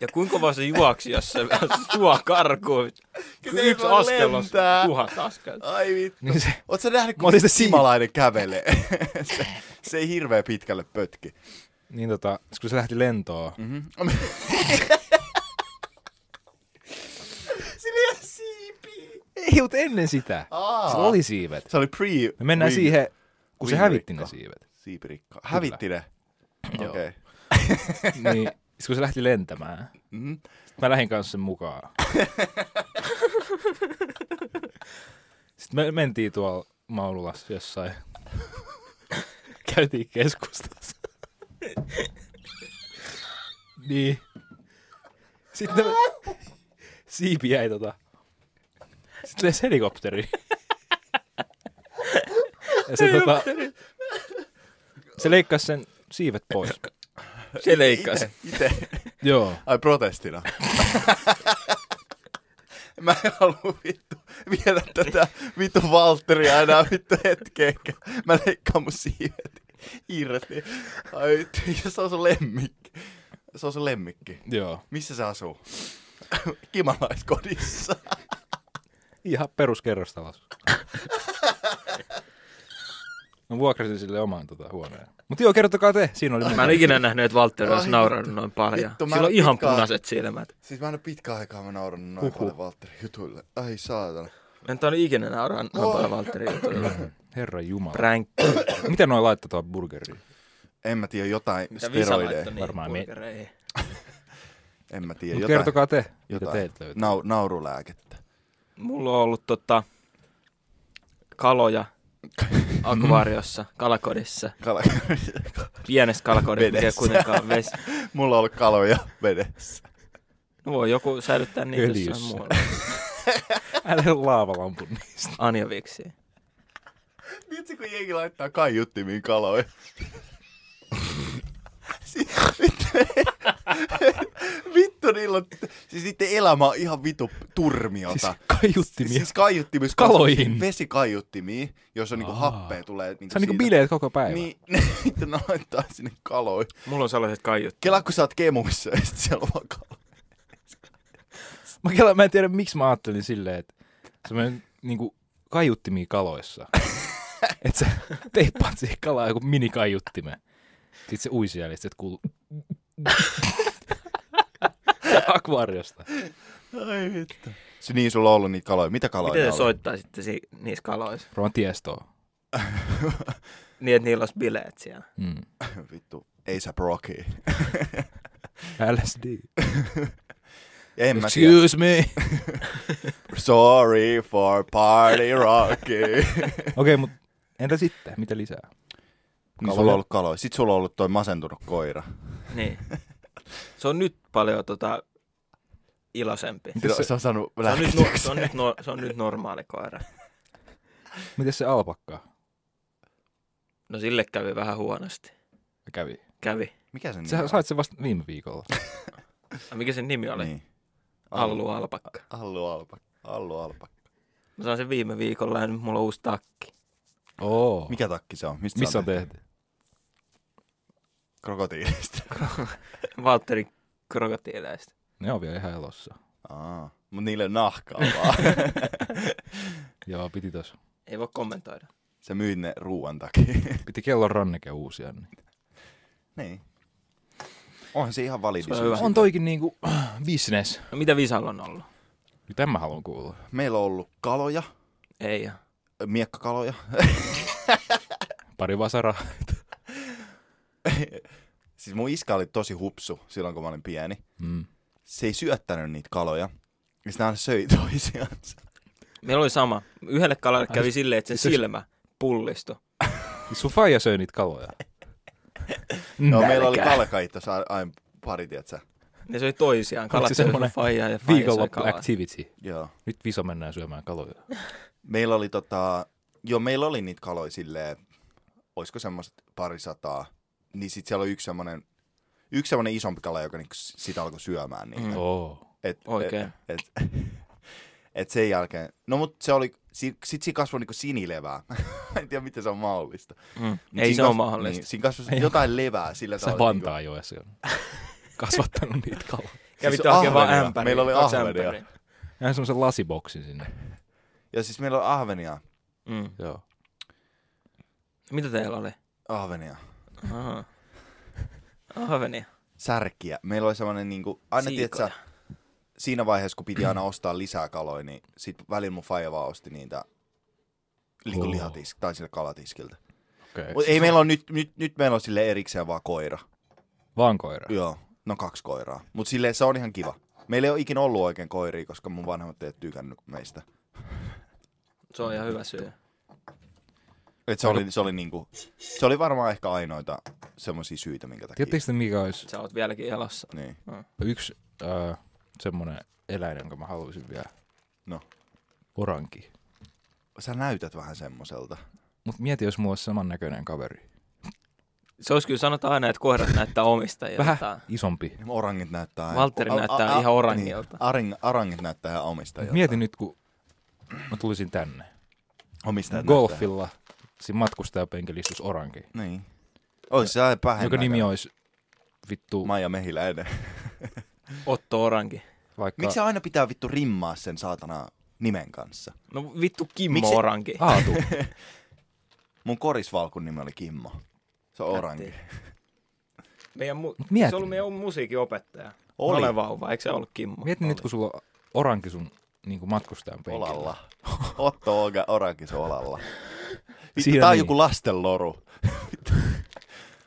A: Ja kuinka kova se juoksi, jos se sua karkuun? Kun
B: ei
A: yksi
B: voi
A: askel on
B: lentää.
A: tuhat askelta.
B: Ai vittu.
C: Niin se,
B: Oot sä nähnyt,
C: Mä
B: kun
C: olin
B: se
C: se
B: simalainen kävelee? se, se ei hirveä pitkälle pötki.
C: niin tota, kun se lähti lentoon,
B: Mm-hmm. Sillä ei ole siipiä.
C: Ei, mutta ennen sitä.
B: Aa.
C: Sillä oli siivet.
B: Se oli pre...
C: Me mennään
B: wing-
C: siihen, kun se
B: wing
C: hävitti ne
B: rikko.
C: siivet.
B: Siipirikko. Hävitti ne. Okei.
C: Joo.
B: Okay.
C: Niin, sit kun se lähti lentämään.
B: Mm-hmm.
C: Mä lähdin kanssa sen mukaan. Sitten me mentiin tuolla Maunulassa jossain. Käytiin keskustassa. niin. Sitten me... siipi jäi tota. Sitten lensi helikopteri. ja se tota... Se leikkasi sen siivet pois.
A: Se leikkasi.
B: Ite.
C: Joo.
B: Ai protestina. Mä en halua vittu viedä tätä vittu Valtteria enää vittu hetkeenkään. Mä leikkaan mun siivet irti. Ai vittu, ja se on sun lemmikki. Se on sun lemmikki.
C: Joo.
B: Missä se asuu? Kimalaiskodissa.
C: Ihan peruskerrostalossa. Mä vuokrasin sille omaan tota huoneen. Mutta joo, kertokaa te. Siinä oli
A: Mä
C: mun.
A: en ikinä nähnyt, että Walter
B: Ai
A: olisi
B: vittu.
A: naurannut noin paljon.
B: Vittu, mä
A: Sillä on
B: en
A: ihan
B: pitkään-
A: punaiset silmät.
B: Siis mä en ole pitkään aikaa mä nauran noin paljon Valtterin jutuille. Ai saatana.
A: Mä en tainnut ikinä nauraa noin paljon Walterin jutuilla.
C: Herra Jumala.
A: Prank.
C: Mitä noin laittoi tuohon burgeriin?
B: En mä tiedä jotain
A: Mitä Visa
B: steroideja.
A: laittoi niin- niihin
C: Varmaan me-
A: burgereihin?
B: En mä tiedä
C: Mut
B: jotain.
C: kertokaa te, mitä
B: jotain.
C: teiltä löytyy.
B: Nau, naurulääkettä.
A: Mulla on ollut tota, kaloja akvaariossa, kalakodissa.
B: Kala-
A: Pienessä kalakodissa, mikä ei
B: Vedessä.
A: kuitenkaan vesi.
B: Mulla on ollut kaloja vedessä.
A: No voi joku säilyttää niitä jossain
C: Öljyssä.
A: muualla.
C: Älä ole laavalampun niistä.
A: Anjoviksi.
B: Vitsi kun jengi laittaa kaiuttimiin kaloja. siis, vittu, vittu niillä on, siis niiden elämä on ihan vitu turmiota.
C: Siis
B: Siis,
C: kaiuttimia.
B: siis kaiuttimissa
C: Kaloihin.
B: Vesikaiuttimia, jossa niinku
C: Aa.
B: happea tulee. Niinku
C: Se on niinku
B: siitä.
C: bileet koko päivä. Niin.
B: Niin, ne, vittu, ne laittaa sinne kaloja.
A: Mulla on sellaiset kaiut.
B: Kela kun sä oot kemuissa ja sit siellä on vaan kaloja.
C: Mä, kela, mä en tiedä, miksi mä ajattelin silleen, että semmoinen niinku kaiuttimia kaloissa. että sä teippaat siihen kalaan joku minikaiuttime. Sitten se ui siellä, ja sit kuuluu akvaariosta.
B: Ai vittu. Se niin sulla on ollut niitä kaloja. Mitä kaloja
A: Miten
B: ne
A: te
B: oli?
A: soittaisitte si- niissä kaloissa?
C: Ruvan tiestoa.
A: Niin, että niillä olisi bileet siellä.
C: Mm.
B: Vittu. A$AP Rocky.
C: LSD.
B: En mä tiedä.
C: Excuse me.
B: Sorry for party Rocky.
C: Okei, mutta entä sitten? Mitä lisää?
B: niin sulla
C: Kaloja.
B: on ollut kaloja. Sitten sulla on ollut toi masentunut koira.
A: Niin. Se on nyt paljon tota, iloisempi.
C: Miten se,
B: on saanut
A: Se on nyt, nu- se on nyt, no- se on nyt normaali koira.
C: miten se alpakka
A: No sille kävi vähän huonosti.
C: kävi?
A: Kävi.
B: Mikä sen nimi
C: Sä
B: on?
C: sait sen vasta viime viikolla.
A: Ja mikä sen nimi oli? Niin.
B: Niin.
A: Allu Alpakka.
B: Allu Alpakka. Allu Alpakka.
A: Mä sain sen viime viikolla ja nyt mulla on uusi takki.
C: Oo.
B: Mikä takki se Oh. on? Mistä
C: Missä on
B: te?
C: tehty?
B: Krokotiilista.
A: Valtteri krokotiileista.
C: Ne on vielä ihan elossa.
B: Aa, mut niille on nahkaa vaan.
C: Joo, piti tos.
A: Ei voi kommentoida.
B: Sä myit ne ruuan takia.
C: Piti kellon ranneke uusia. Niin.
B: niin. Onhan se ihan validi.
A: Se on
B: syy.
A: hyvä.
C: On toikin niinku business.
A: No mitä Visalla on ollut?
C: Mitä mä haluan kuulla?
B: Meillä on ollut kaloja,
A: Ei oo.
B: miekkakaloja.
C: Pari vasaraa.
B: siis mun iska oli tosi hupsu silloin, kun mä olin pieni.
C: Mm.
B: Se ei syöttänyt niitä kaloja. Ja sitten aina söi toisiansa.
A: Meillä oli sama. Yhdelle kalalle kävi silleen, että sen
C: siis-
A: silmä pullistui.
C: Sun faija söi niitä kaloja.
B: No, meillä
A: Nälkää.
B: oli kalkaitto saa- aina pari, tietsä.
A: Ne söi toisiaan.
C: se
A: Kalat söi
C: semmonen
A: faijaa ja faija söi
C: Viikonloppu
A: kalaa.
C: activity.
B: Joo.
C: Nyt viso mennään syömään kaloja.
B: Meillä oli tota, joo meillä oli niitä kaloja silleen, olisiko semmoiset pari sataa. Niin sit siellä oli yksi semmonen, yksi semmonen isompi kala, joka niinku s- sitä alkoi syömään niitä.
A: Mm.
C: Oo.
B: Et,
A: Oikein.
B: Et, et, et sen jälkeen, no mut se oli, si- sit siinä kasvoi niinku sinilevää. Mä en tiedä, miten se on mahdollista.
A: Mm.
B: Mut
A: Ei
C: siis
B: siinä
A: se ole
B: kasvoi-
A: mahdollista.
B: Niin, siinä kasvoi jotain levää sillä niinku.
C: Sä Vantaa joessa on kasvattanut niitä kaloja.
A: Kävit
B: ahvenia.
A: hakemaan ämpäriä.
B: Meillä oli
A: kaksi
B: ahvenia.
A: ämpäriä.
C: Näin semmoisen lasiboksin sinne.
B: Niinku, ja siis meillä on ahvenia.
A: Mm.
C: Joo.
A: Mitä teillä oli?
B: Ahvenia.
A: Aha. Ahvenia.
B: Särkiä. Meillä oli semmonen niinku, aina
A: Siikoja.
B: tietsä, siinä vaiheessa, kun piti aina ostaa lisää kaloja, niin sit välillä mun faija vaan osti niitä niinku
C: Oo.
B: lihatisk- tai sillä kalatiskiltä.
C: Okei.
B: Mut ei meillä on nyt, nyt, nyt meillä on sille erikseen vaan koira.
C: Vaan koira.
B: Joo, no kaksi koiraa. Mut silleen se on ihan kiva. Meillä ei ole ikinä ollut oikein koiria, koska mun vanhemmat ei ole tykännyt meistä.
A: Se on ihan hyvä syy.
B: Et se, oli, se, oli niinku, se oli varmaan ehkä ainoita semmoisia syitä, minkä takia.
C: Tiedättekö te, mikä olisi
A: Sä oot vieläkin elossa.
B: Niin.
C: yksi äh, semmoinen eläin, jonka mä haluaisin vielä?
B: No.
C: Oranki.
B: Sä näytät vähän semmoselta.
C: Mut mieti, jos mulla olisi samannäköinen kaveri.
A: Se olisi kyllä sanotaan aina, että kohdat näyttää omistajilta.
C: Vähän isompi.
B: Nämä Niin Orangit näyttää aina.
A: Valtteri näyttää ihan orangilta.
B: Niin, arang, arangit näyttää ihan omistajilta.
C: Mieti nyt, kun mä tulisin tänne.
B: Omistajat
C: Golfilla. Siinä matkustajapenkillä istuisi oranki.
B: Näyttää. Niin. Ois se aina pähän
C: Joka nimi
B: näköinen.
C: olisi vittu
B: Maija Mehiläinen.
A: Otto Oranki.
C: vaikka
B: Miksi se aina pitää vittu rimmaa sen saatana nimen kanssa?
A: No vittu Kimmo
B: Miksi-
A: Oranki.
C: Aatu.
B: Mun korisvalkun nimi oli Kimmo. Se on orangi.
A: Meidän mu-
C: Mut mieti.
A: Se oli meidän musiikinopettaja.
B: Oli.
A: Ole vauva, eikö se ollut Kimmo?
C: Mieti nyt, kun sulla on oranki sun niin matkustajan penkillä.
B: Olalla. Otto Oga, Orankis Olalla. Vittu,
C: Siinä
B: tää on
C: niin.
B: joku lastenloru.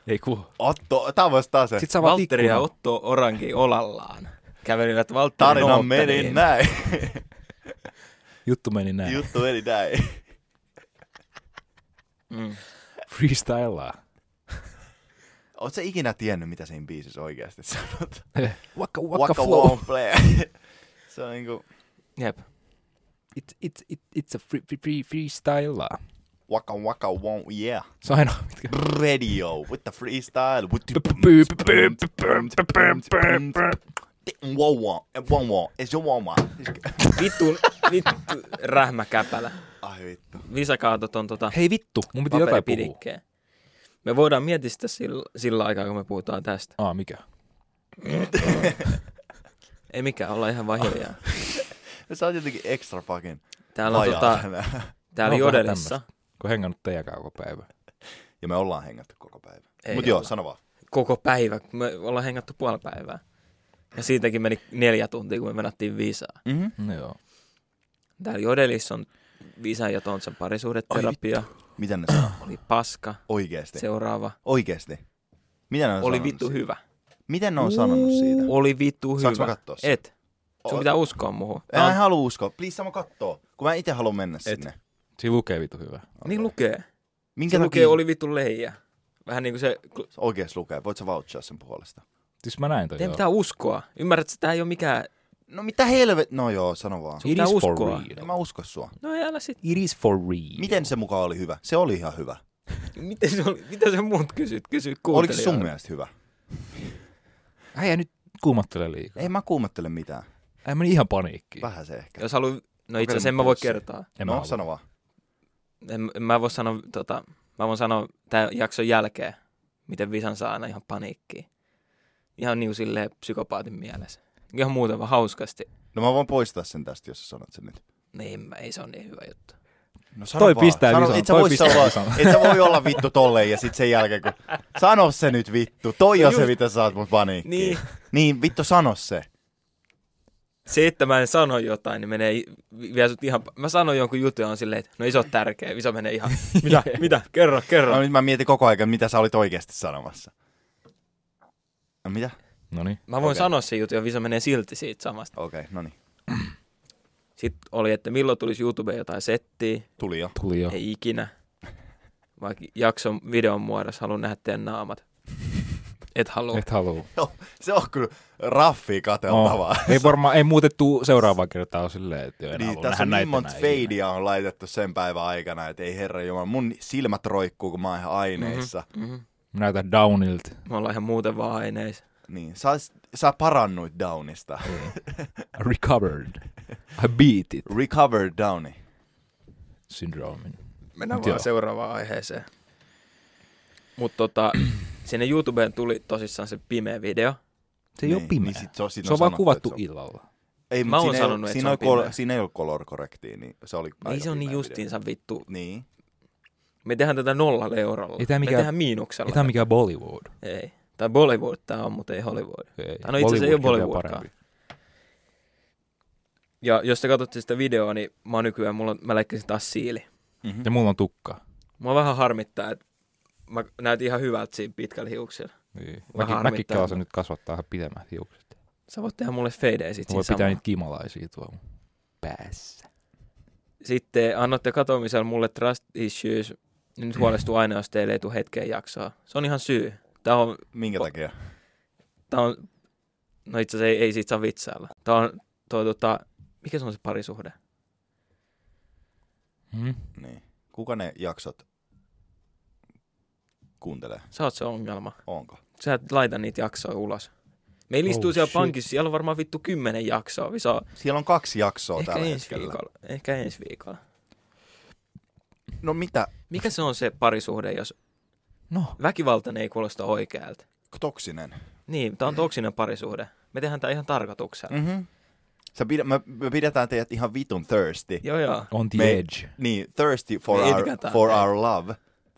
C: Ei ku.
B: Otto, tää voisi taas se
C: Sit sä avaat
A: Valtteri ja
C: ikkunan.
A: Otto Oranki Olallaan. Kävelivät Valtteri
B: tarina meni näin.
C: Juttu meni näin. Jut-
B: Juttu meni näin.
A: Mm.
C: Freestylaa.
B: Oot sä ikinä tiennyt, mitä siinä biisissä oikeasti sanotaan?
C: Waka
B: Waka won't play. se on niinku
A: Jep.
C: It's, it's, it, it's a free, free, free, freestylaa.
B: waka waka won't yeah.
C: Se on ainoa, mitkä...
B: Radio with the freestyle. With the Wow, wow, wow, wow. It's your wow, wow.
A: Vittu, vittu rähmäkäpälä.
B: Ai vittu.
A: Visa kaatoi ton tota
C: Hei vittu, mun piti jotain puhua.
A: paperipidikkeen. Me voidaan miettiä sitä sillä, sillä aikaa, kun me puhutaan tästä.
C: Aa, mikä?
A: Ei mikään, olla ihan
C: Ah.
A: vaan hiljaa.
B: Sä oot jotenkin extra fucking
A: Täällä, on,
B: vajaa
A: tota,
B: tänään.
A: täällä
C: Mä oon vähän
A: Jodelissa
C: Kun hengannut teidän koko päivä.
B: Ja me ollaan hengattu koko päivä.
A: Ei
B: Mut joo,
A: olla.
B: sano vaan.
A: koko päivä. Me ollaan hengattu puoli päivää. Ja siitäkin meni neljä tuntia, kun me menattiin visaa.
B: Mm-hmm.
C: No joo.
A: Täällä Jodelissa on visa ja Tontsan parisuhdeterapia.
B: Miten ne sanoo?
A: Oli paska.
B: Oikeesti. Se...
A: Seuraava.
B: Oikeesti. Mitä ne on
A: Oli
B: sanonut
A: vittu
B: siitä?
A: hyvä.
B: Miten ne on sanonut siitä?
A: Oli vittu
B: Saanko
A: hyvä.
B: mä katsoa sen?
A: Et. Sun
B: O-
A: pitää uskoa muuhun.
B: En no. halua uskoa. Please sama kattoo, kun mä itse haluan mennä
C: Et.
B: sinne.
C: Siinä lukee vitu hyvä.
A: Niin lukee.
B: Minkä
A: Se
B: takia
A: lukee oli vittu leijä. Vähän niin kuin se...
B: oikeas lukee? Voit sä vouchaa sen puolesta?
C: Siis mä näin toi
A: Teidän
C: joo.
A: pitää uskoa. Ymmärrät, että tämä ei ole mikään...
B: No mitä helvet? No joo, sano vaan.
A: Sun pitää
C: It is for
A: uskoa.
B: En
C: real.
B: mä usko sua.
A: No ei älä sit.
C: It is for real.
B: Miten se mukaan oli hyvä? Se oli ihan hyvä.
A: Miten se oli? Mitä sä muut kysyt? Kysy
B: Oliko
A: kuuntelijoilta.
B: se sun mielestä hyvä?
C: Äijä nyt kuumattele liikaa.
B: Ei mä kuumattele mitään.
C: Äijä meni ihan paniikkiin.
B: Vähän se ehkä.
A: Jos haluaa... No itse asiassa
B: Kokeilun
A: en mä voi
B: pulssi.
A: kertoa.
C: En
B: no,
C: mä halua.
B: sano vaan.
A: En, en mä voi sanoa... Tota, mä voin sanoa tämän jakson jälkeen, miten Visan saa aina ihan paniikkiin. Ihan niin kuin silleen psykopaatin mielessä. Ihan muuten vaan hauskasti.
B: No mä voin poistaa sen tästä, jos sä sanot sen nyt.
A: Niin, mä, ei se ole niin hyvä juttu.
B: No
C: Toi pistää
B: sano,
C: visan,
B: et sä,
C: toi
B: voi
C: pistää
B: sanoa,
C: visan.
B: et sä voi olla vittu tolleen ja sit sen jälkeen kun... Sano se nyt vittu, toi on
A: No
B: se
A: just-
B: mitä sä saat mut paniikkiin.
A: Niin.
B: niin vittu sano se.
A: Se, että mä en sano jotain, niin menee i- vie sut ihan... Mä sanon jonkun jutun ja on silleen, että no iso on tärkeä, iso menee ihan... Mitä? mitä? Kerro, kerro.
B: No nyt mä mietin koko ajan, mitä sä olit oikeasti sanomassa. No, mitä?
C: Noniin.
A: Mä voin
B: Okei.
A: okay. sanoa sen jutun ja Visa menee silti siitä samasta.
B: Okei, okay, no niin.
A: Sitten oli, että milloin tulisi YouTubeen jotain settiä,
B: Tuli jo.
C: Tuli jo.
A: ei ikinä. Vaikka jakson videon muodossa haluan nähdä teidän naamat. Et halua.
C: Et haluu.
B: Joo, se on kyllä
C: Oh.
B: raffi kateltavaa.
C: Ei varmaan, ei muutettu seuraavaan kertaan ole silleen, että en
B: Niin,
C: halua
B: tässä
C: nähdä
B: on
C: näitä
B: niin monta
C: enää ikinä.
B: feidiä on laitettu sen päivän aikana, että ei herra jumala, mun silmät roikkuu, kun mä oon ihan aineissa. Mm-hmm.
A: Mm-hmm.
C: Mä näytän downilta.
A: Me ollaan ihan muuten vaan aineissa.
B: Niin, sä, sä parannuit downista.
C: I recovered. I beat it.
B: Recover downi.
C: Syndroomin.
A: Mennään
C: Mut
A: vaan
C: joo.
A: seuraavaan aiheeseen. Mutta tota, sinne YouTubeen tuli tosissaan se pimeä video.
C: Se ei ole pimeä.
B: Niin sit se on, sit
C: se
B: on
C: on vaan
B: sanottu,
C: kuvattu
B: että se on-
C: illalla.
B: Ei,
A: Mä oon
B: mut siinä ei-
A: sanonut, että
B: siinä
A: se on
B: ei ole
A: pimeä.
B: col- Siinä ei ole color correctia, niin se oli
A: Ei
B: aika
A: se on niin
B: pimeä
A: justiinsa vittu.
B: video. Niin.
A: Me tehdään tätä nollalla eurolla.
C: Ei tää
A: Me
C: mikään-
A: tehdään miinuksella.
C: Ei tämä mikään Bollywood.
A: Ei. Tai Bollywood tää on, mutta ei Hollywood.
C: Ei.
A: Tai no itse asiassa ei ole
C: Bollywoodkin
A: Bollywoodkaan.
C: vielä parempi.
A: Ja jos te katsotte sitä videoa, niin mä oon nykyään, mulla, on- mä leikkasin taas siili.
B: Mm-hmm.
C: Ja mulla on tukka.
A: Mua vähän harmittaa, että mä näytin ihan hyvältä siinä pitkällä hiuksella.
C: Niin.
A: harmittaa.
C: Mäkin, mäkin kelasin nyt kasvattaa vähän pidemmät hiukset.
A: Sä voit tehdä mulle feidejä sit
C: Mä voin
A: siinä
C: pitää
A: samalla.
C: niitä kimalaisia tuolla mun päässä.
A: Sitten annoitte katoamisella mulle trust issues. Niin Nyt huolestuu aina, jos teille ei tule hetkeen jaksoa. Se on ihan syy. Tää on,
B: Minkä
A: Po-
B: takia?
A: tää on no itse asiassa ei, ei siitä saa vitsailla. Tää on, toi, tota, mikä se on se parisuhde?
C: Hmm?
B: Niin. Kuka ne jaksot kuuntelee?
A: Sä oot se ongelma.
B: Onko?
A: Sä et laita niitä jaksoja ulos. Meillä
C: Oh,
A: istuu siellä
C: shit.
A: pankissa, siellä on varmaan vittu kymmenen jaksoa. Se on
B: Siellä on kaksi jaksoa
A: ehkä
B: tällä
A: ensi,
B: hetkellä.
A: viikolla, ehkä ensi viikolla.
B: No mitä?
A: Mikä se on se parisuhde, jos
C: No,
A: väkivaltainen ei kuulosta oikealta?
B: Toksinen.
A: Niin, tämä on toksinen parisuhde. Me tehdään tämä ihan
C: Mm.
A: tarkoituksella.
B: Mm-hmm. Sä pidä, me, me pidetään teidät ihan vitun thirsty.
A: Joo, joo.
C: on the
B: Me-
C: edge.
B: Niin, thirsty for,
A: Me
B: our,
A: itketään
B: for
A: teitä.
B: our love.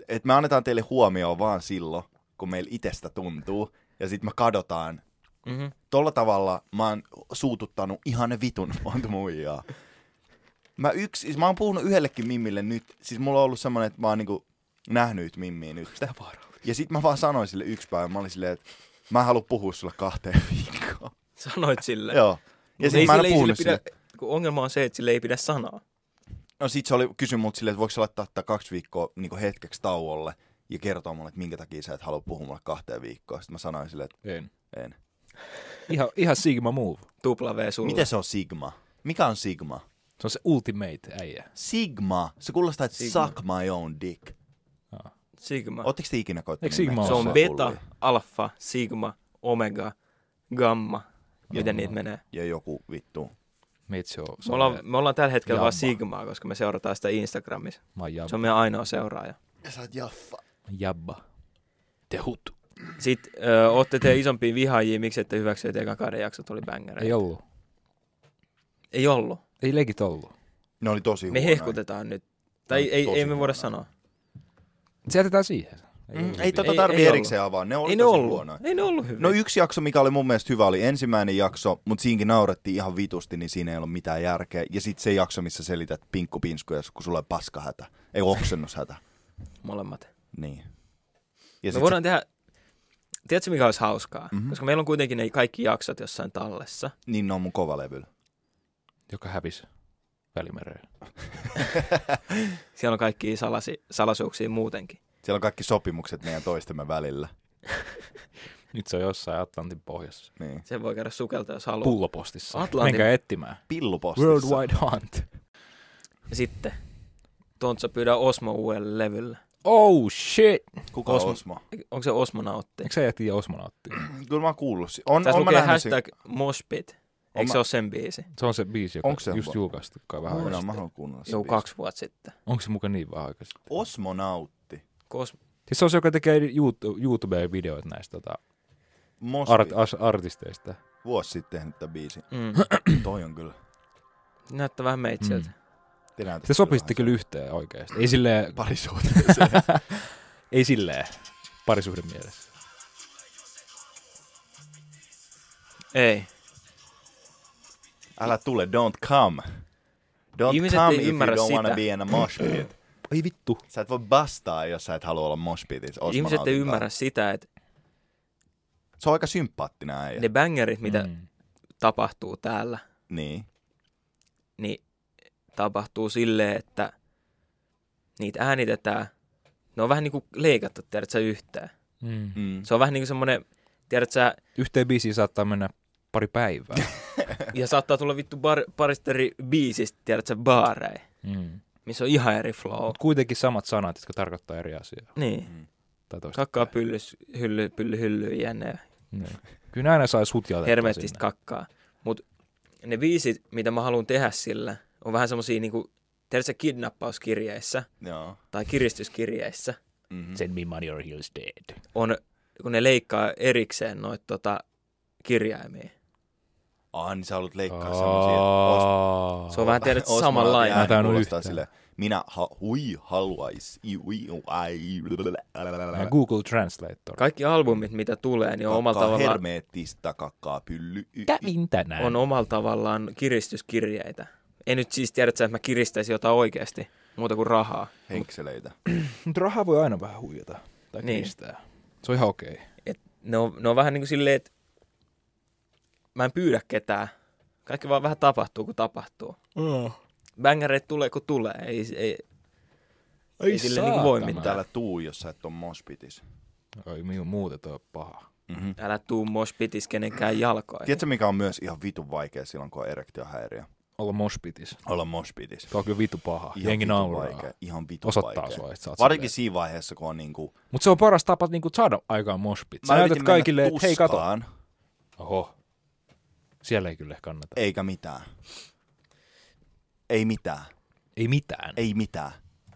B: Et me annetaan teille huomioon vaan silloin, kun meillä itestä tuntuu. Ja sit me kadotaan.
A: Mm-hmm.
B: Tolla tavalla mä oon suututtanut ihan ne vitun monta muijaa. Mä, yksi, siis mä oon puhunut yhdellekin mimmille nyt. Siis mulla on ollut semmonen, että mä oon niinku nähnyt mimmiä nyt. Ja sit mä vaan sanoin sille yksi päivä, mä olin silleen, että mä en halua puhua sulle kahteen viikkoon.
A: Sanoit sille.
B: Joo. Ja
A: Mut
B: sit mä en
A: sille-
B: oo puhunut
A: sille
B: sille.
A: pidä, kun ongelma on se, että sille ei pidä sanoa.
B: No sit se oli kysy mut silleen, että voiko sä laittaa tää kaksi viikkoa niin hetkeksi tauolle ja kertoa mulle, että minkä takia sä et halua puhua mulle kahteen viikkoon. Sitten mä sanoin silleen, että
C: En.
B: en.
C: Ihan, ihan Sigma move.
A: Tupla V sulla.
B: Miten se on Sigma? Mikä on Sigma?
C: Se on se ultimate äijä.
B: Sigma. Se kuulostaa, että
A: Sigma.
B: suck my own dick.
A: Sigma.
B: Ootteko te ikinä koittanut?
C: Eikö Sigma
B: mennä
A: se
C: ole
A: on
C: se
A: beta,
B: hulluja?
A: alfa, sigma, omega, gamma. Miten niitä menee?
B: Ja joku vittu.
C: Meitä se on.
A: Me ollaan, me ollaan tällä hetkellä vaan
C: Jamma.
A: Sigmaa, koska me seurataan sitä Instagramissa.
C: Mä oon
A: Se
C: jabba.
A: on meidän ainoa seuraaja.
B: Ja sä oot jaffa.
C: jabba. Te hut.
A: Sitten ö, ootte te isompia vihaajia, miksi ette hyväksy, että ekan kahden jaksot oli bängereitä?
C: Ei ollut.
A: Ei ollut.
C: Ei legit ollut.
B: Ne oli tosi
A: Me
B: huonoja.
A: hehkutetaan nyt. Tai
B: No,
A: ei,
B: tosi
A: ei me voida
B: huonoja.
A: sanoa.
C: Se jätetään siihen.
B: Mm,
C: ollut
B: ei tota
A: Ei-
B: tarvi
A: ei
B: erikseen avaa, ne oli
A: Ei ne
B: tosi
A: ollut.
B: huonoja.
A: Ei ne ollut hyviä.
B: No yksi jakso, mikä oli mun mielestä hyvä, oli ensimmäinen jakso, mutta siinkin naurettiin ihan vitusti, niin siinä ei ollut mitään järkeä. Ja sitten se jakso, missä selität pinkkupinskuja, kun sulla on paskahätä, ei oksennushätä.
A: Molemmat.
B: Niin.
A: Ja
B: Ja
A: me
B: sit
A: No voidaan tehdä, tiedätkö mikä olisi hauskaa?
B: Mhm.
A: Mm-hmm. Koska meillä on kuitenkin ne kaikki jaksot jossain tallessa.
B: se, niin ne on mun kovalevyllä.
C: joka hävisi välimereen.
A: Siellä on kaikki salasi, salasuuksia muutenkin.
B: Siellä on kaikki sopimukset meidän toistemme välillä.
C: Nyt se on jossain Atlantin pohjassa.
B: Niin.
A: Sen voi käydä sukeltaa, jos haluaa.
C: Pullopostissa.
A: Atlantin-
C: Menkää etsimään.
B: Pillupostissa.
C: World Wide Hunt.
A: Ja sitten Tontsa pyydää Osmo uudelle levylle.
C: Oh shit!
B: Kuka Osmo?
A: Osmo.
B: Osmo?
A: Onko se Osmonautti?
C: Eikö sä jätti osmonautti?
B: Kyllä mä oon kuullut. si- On,
A: Tässä
B: on mä
A: lukee
B: nähnyt sen.
A: hashtag moshpit. Eikö
B: mä-
A: se ole sen biisi?
C: Se on se biisi, joka
B: Onks se
C: just
B: vaan?
C: julkaistu kai vähän
B: Joo,
C: aikaa.
B: mä haluan kuunnella sen
A: Joo,
B: biisin.
A: kaksi vuotta sitten.
C: Onko se muka niin vähän aikaisin?
B: Osmonautti.
A: Kos-
C: Siis se on se, joka tekee YouTube- YouTubeen videoita näistä tota,
B: Mospi.
C: art, as, artisteista.
B: Vuosi sitten tehnyt tämän biisin.
A: mm.
B: Toi on kyllä.
A: Näyttää vähän meitsiltä.
C: Mm.
B: Te näytätte
C: Se sopisitte
B: vähän
C: kyllä yhteen oikeasti. Ei silleen,
B: sen parisuhteeseen.
C: ei silleen parisuhden mielessä.
A: Ei.
B: Älä tule, don't come. Don't
A: Ihmiset
B: come
A: ei
B: if
A: ymmärrä
B: you don't wanna
A: sitä. Mm.
B: be in a mosh pit.
C: Ei vittu.
B: Sä et voi bastaa, jos sä et halua olla mosh pitissä.
A: Ihmiset
B: Osmanautin
A: ei ymmärrä sitä, että
B: kanssa. Se on aika sympaattinen äijä.
A: ne bangerit, mitä mm.
C: Mm.
A: tapahtuu täällä,
B: Niin.
A: niin tapahtuu silleen, että niitä äänitetään. Ne on vähän niin kuin leikattu, tiedätkö sä, yhtään.
C: Mm.
B: Mm.
A: Se on vähän niin kuin semmoinen, tiedätkö sä,
C: Yhteen biisiin saattaa mennä pari päivää.
A: ja saattaa tulla vittu bar, parista eri biisistä, tiedätkö sä, baarei,
C: Mm.
A: missä on ihan eri flow.
C: Mutta kuitenkin samat sanat, jotka tarkoittaa eri asiaa.
A: Niin.
C: Tai toista.
A: Kakkaa pyllys, hylly, pylly, hylly, jänne,
C: Niin. Kyllä ne aina saisi hut jalettua
A: hermeettistä
C: sinne.
A: kakkaa. Mutta ne biisit, mitä mä haluan tehdä sillä, on vähän semmosia niinku, tiedätkö sä, kidnappauskirjeissä
B: Joo.
A: tai kiristyskirjeissä,
B: Mm-hmm.
C: Send me money or he's dead.
A: on, kun ne leikkaa erikseen noita tota, kirjaimia.
B: Ah, niin sä haluat leikkaa semmosia. että
C: Aa.
A: Se on vähän tiedät
B: Osmo-
A: samanlainen.
B: ääni
C: Mä tainnut
B: kuulostaa
C: yhtään.
B: silleen, Minä ha, hui haluais. i- ui- ai-
C: Vähän Google Translator.
A: Kaikki albumit, mitä tulee, niin on omalla
B: Kakkaa
A: tavallaan,
B: hermeettistä, kakkaa pylly. y- y-
C: Kävin tänään.
A: on omalla tavallaan kiristyskirjeitä. En nyt siis tiedä, että mä kiristäisin jotain oikeasti, muuta kuin rahaa.
B: Henkseleitä.
C: Mutta rahaa voi aina vähän huijata. Tai
A: Niin.
C: kiristää. Se on ihan okei. Okay.
A: Et ne, on, ne on vähän niin kuin silleen, että mä en pyydä ketään. Kaikki vaan vähän tapahtuu, kun tapahtuu.
C: Mm.
A: Bängereet tulee, kun tulee. Ei, ei, Ei sille niinku voi
C: saatana.
A: mitään.
B: Täällä tuu, jos sä et on mospitis.
C: Oi, minun muuten toi on paha.
B: Mm-hmm.
A: älä tuu moshpitis kenenkään jalkoihin.
B: Tiedätkö, mikä on myös ihan vitun vaikea silloin, kun on erektiohäiriö?
C: Olla moshpitis.
B: Olla moshpitissä.
C: Tuo on kyllä vitu paha.
B: Ihan
C: Jengi
B: vitu
C: nauraa.
B: vaikea. Ihan vitu
C: Osoittaa
B: vaikea.
C: sua, että sä oot
B: Varsinkin siinä vaiheessa, kun on niinku...
C: Mutta se on paras tapa niinku saada aikaan moshpit. Sä
B: Mä
C: näytät
B: yritin mennä
C: kaikille, että hei kato.
B: tuskaan,
C: Oho. Siellä ei kyllä kannata. Ei,
B: Eikä mitään. Ei mitään.
C: ei mitään. Ei.
B: Ei mitään.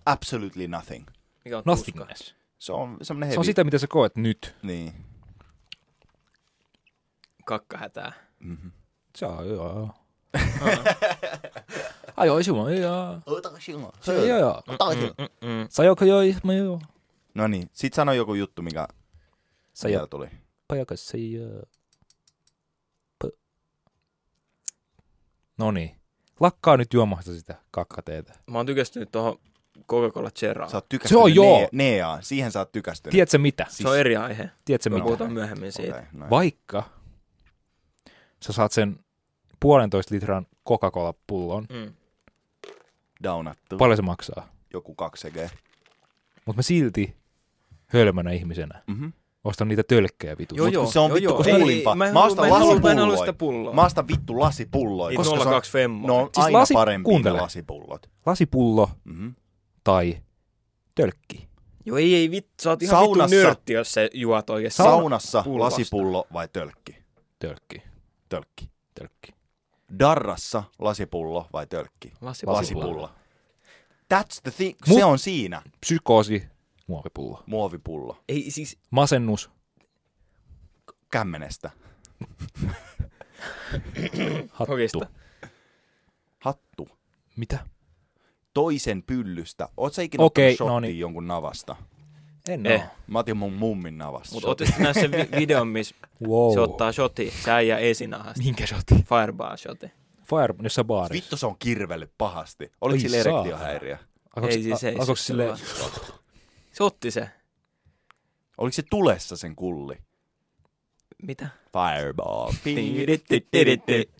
B: Absolutely nothing.
A: Mikä on tuska?
C: Nothingness.
B: Se on semmonen hevi.
C: Se on sitä, mitä sä koet nyt.
B: Niin.
A: Kakkahätää.
B: Mm-hmm.
C: Se on joo. Ai joo, se on joo. Se on joo.
A: Mm-mm.
C: Sä joko joo, mä joo.
B: No niin, sit sano joku juttu, mikä
C: Sä joo.
B: vielä tuli.
C: Pajakas se joo. P- Noniin. No niin. Lakkaa nyt juomasta sitä kakkateetä.
A: Mä oon tykästynyt tuohon Coca-Cola Cheraan.
B: Sä oot tykästynyt
C: Se on joo.
B: Ne- Neaa. Siihen sä oot tykästynyt.
C: Tiedätkö mitä? Siis
A: Se
B: siis
A: on eri aihe.
C: Tiedätkö
A: Me
C: mitä?
A: puhutaan myöhemmin siitä.
B: Okei, no niin. noin.
C: Vaikka sä saat sen puolentoista litran Coca-Cola-pullon,
A: Mm.
B: Downattu.
C: paljon se maksaa.
B: joku 2G.
C: Mutta mä silti hölmönä ihmisenä
B: Mm-hmm.
C: ostan niitä tölkkejä vitu.
A: Joo,
B: Mut kun
A: joo,
B: se on
A: joo,
B: vittu
A: joo.
B: kuulimpa.
A: Ei, Mä, en
B: Mä
A: halua-
B: ostan
A: mä en halua- mä en halua
B: lasipulloja.
A: sitä pulloa.
B: Mä astan vittu lasipulloja.
A: Niitä
B: koska se on-
A: 02 femmoa.
B: No on
C: Siis
B: aina
C: lasi-
B: parempi
C: kuuntele.
B: ne lasipullot.
C: Lasipullo
B: Mm-hmm.
C: tai tölkki.
A: Joo, ei, ei vittu. Sä oot ihan
B: Saunassa.
A: vittu nörtti, jos sä juot oikeesti.
B: Saunassa
A: pullosta.
B: lasipullo vai tölkki?
C: Tölkki.
B: Tölkki.
C: Tölkki.
B: Darrassa lasipullo vai tölkki?
A: Lasipullo.
B: Lasipullo. That's the thing.
C: Mut-
B: Se on siinä.
C: Psykoosi, muovipullo.
B: Muovipullo.
A: Ei siis,
C: Masennus,
B: Kämmenestä.
C: hattu.
A: oikeesta.
B: Hattu.
C: Mitä?
B: Toisen pyllystä. Oot sä ikinä
C: Okei,
B: ottanut
C: no
B: shottia
C: niin.
B: jonkun navasta?
C: En
A: Eh.
C: eh. oo.
B: Mä otin mun mummin navasta.
A: Mutta ootteko te nähnyt sen vi- videon, missä
C: Wow.
A: se ottaa shoti, sä ja esinahasta?
C: Minkä shoti?
A: Fireball shoti.
C: Fire, jossain baarissa.
B: Vittu se on kirvellyt pahasti. Oliko
C: Ai
B: sillä
C: saatana.
B: erektiohäiriö?
C: Alkoiko-
A: Ei siis, ei
C: a- alkoiko
A: siis,
C: sille...
A: Se otti se.
B: Oliko se tulessa sen kulli?
A: Mitä?
B: Fireball.
A: Tidititititit.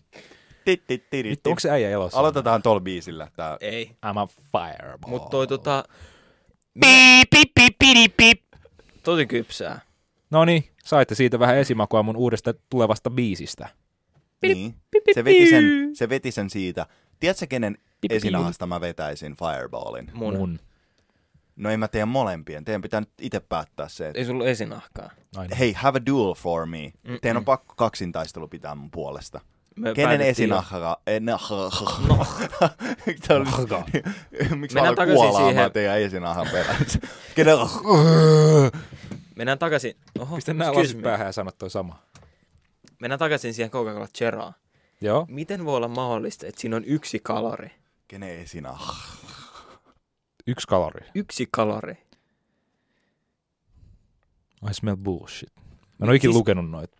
C: Vittu, onko se äijä elossa?
B: Aloitetaan tol biisillä. Tää.
A: Ei.
C: I'm a fireball.
A: Mutta toi tota... Tosi kypsää.
C: No niin, saitte siitä vähän esimakua mun uudesta tulevasta biisistä.
B: Niin. Se veti, sen, se veti sen siitä. Tiedätkö, kenen
C: Pip,
B: esinahasta mä vetäisin Fireballin?
A: Mun. Mun.
B: No ei mä teen molempien. Teidän pitää nyt itse päättää se, että
A: Ei sulla esinahkaa.
C: Aina.
B: hei, have a duel for me.
A: Mm-mm.
B: Teidän on pakko kaksintaistelu pitää mun puolesta.
A: Me
B: Kenen eh,
A: päätettiin jo.
B: esinahka? No.
C: Nahka.
B: Miksi mä
A: Mennään
B: aloin
A: takaisin
B: kuolaamaan
A: siihen.
B: teidän esinahan perässä? Kenen
A: Mennään takaisin. Oho,
C: Pistä nämä
A: excuse
C: lasit
A: me.
C: päähän ja sano toi sama.
A: Mennään takaisin siihen Coca-Cola Cheraan.
C: Joo.
A: Miten voi olla mahdollista, että siinä on yksi kalori?
B: Kenen esinahka?
C: Yksi kalori.
A: Yksi kalori.
C: I smell bullshit. Mä en oo ikin
A: Siis-
C: lukenut noita.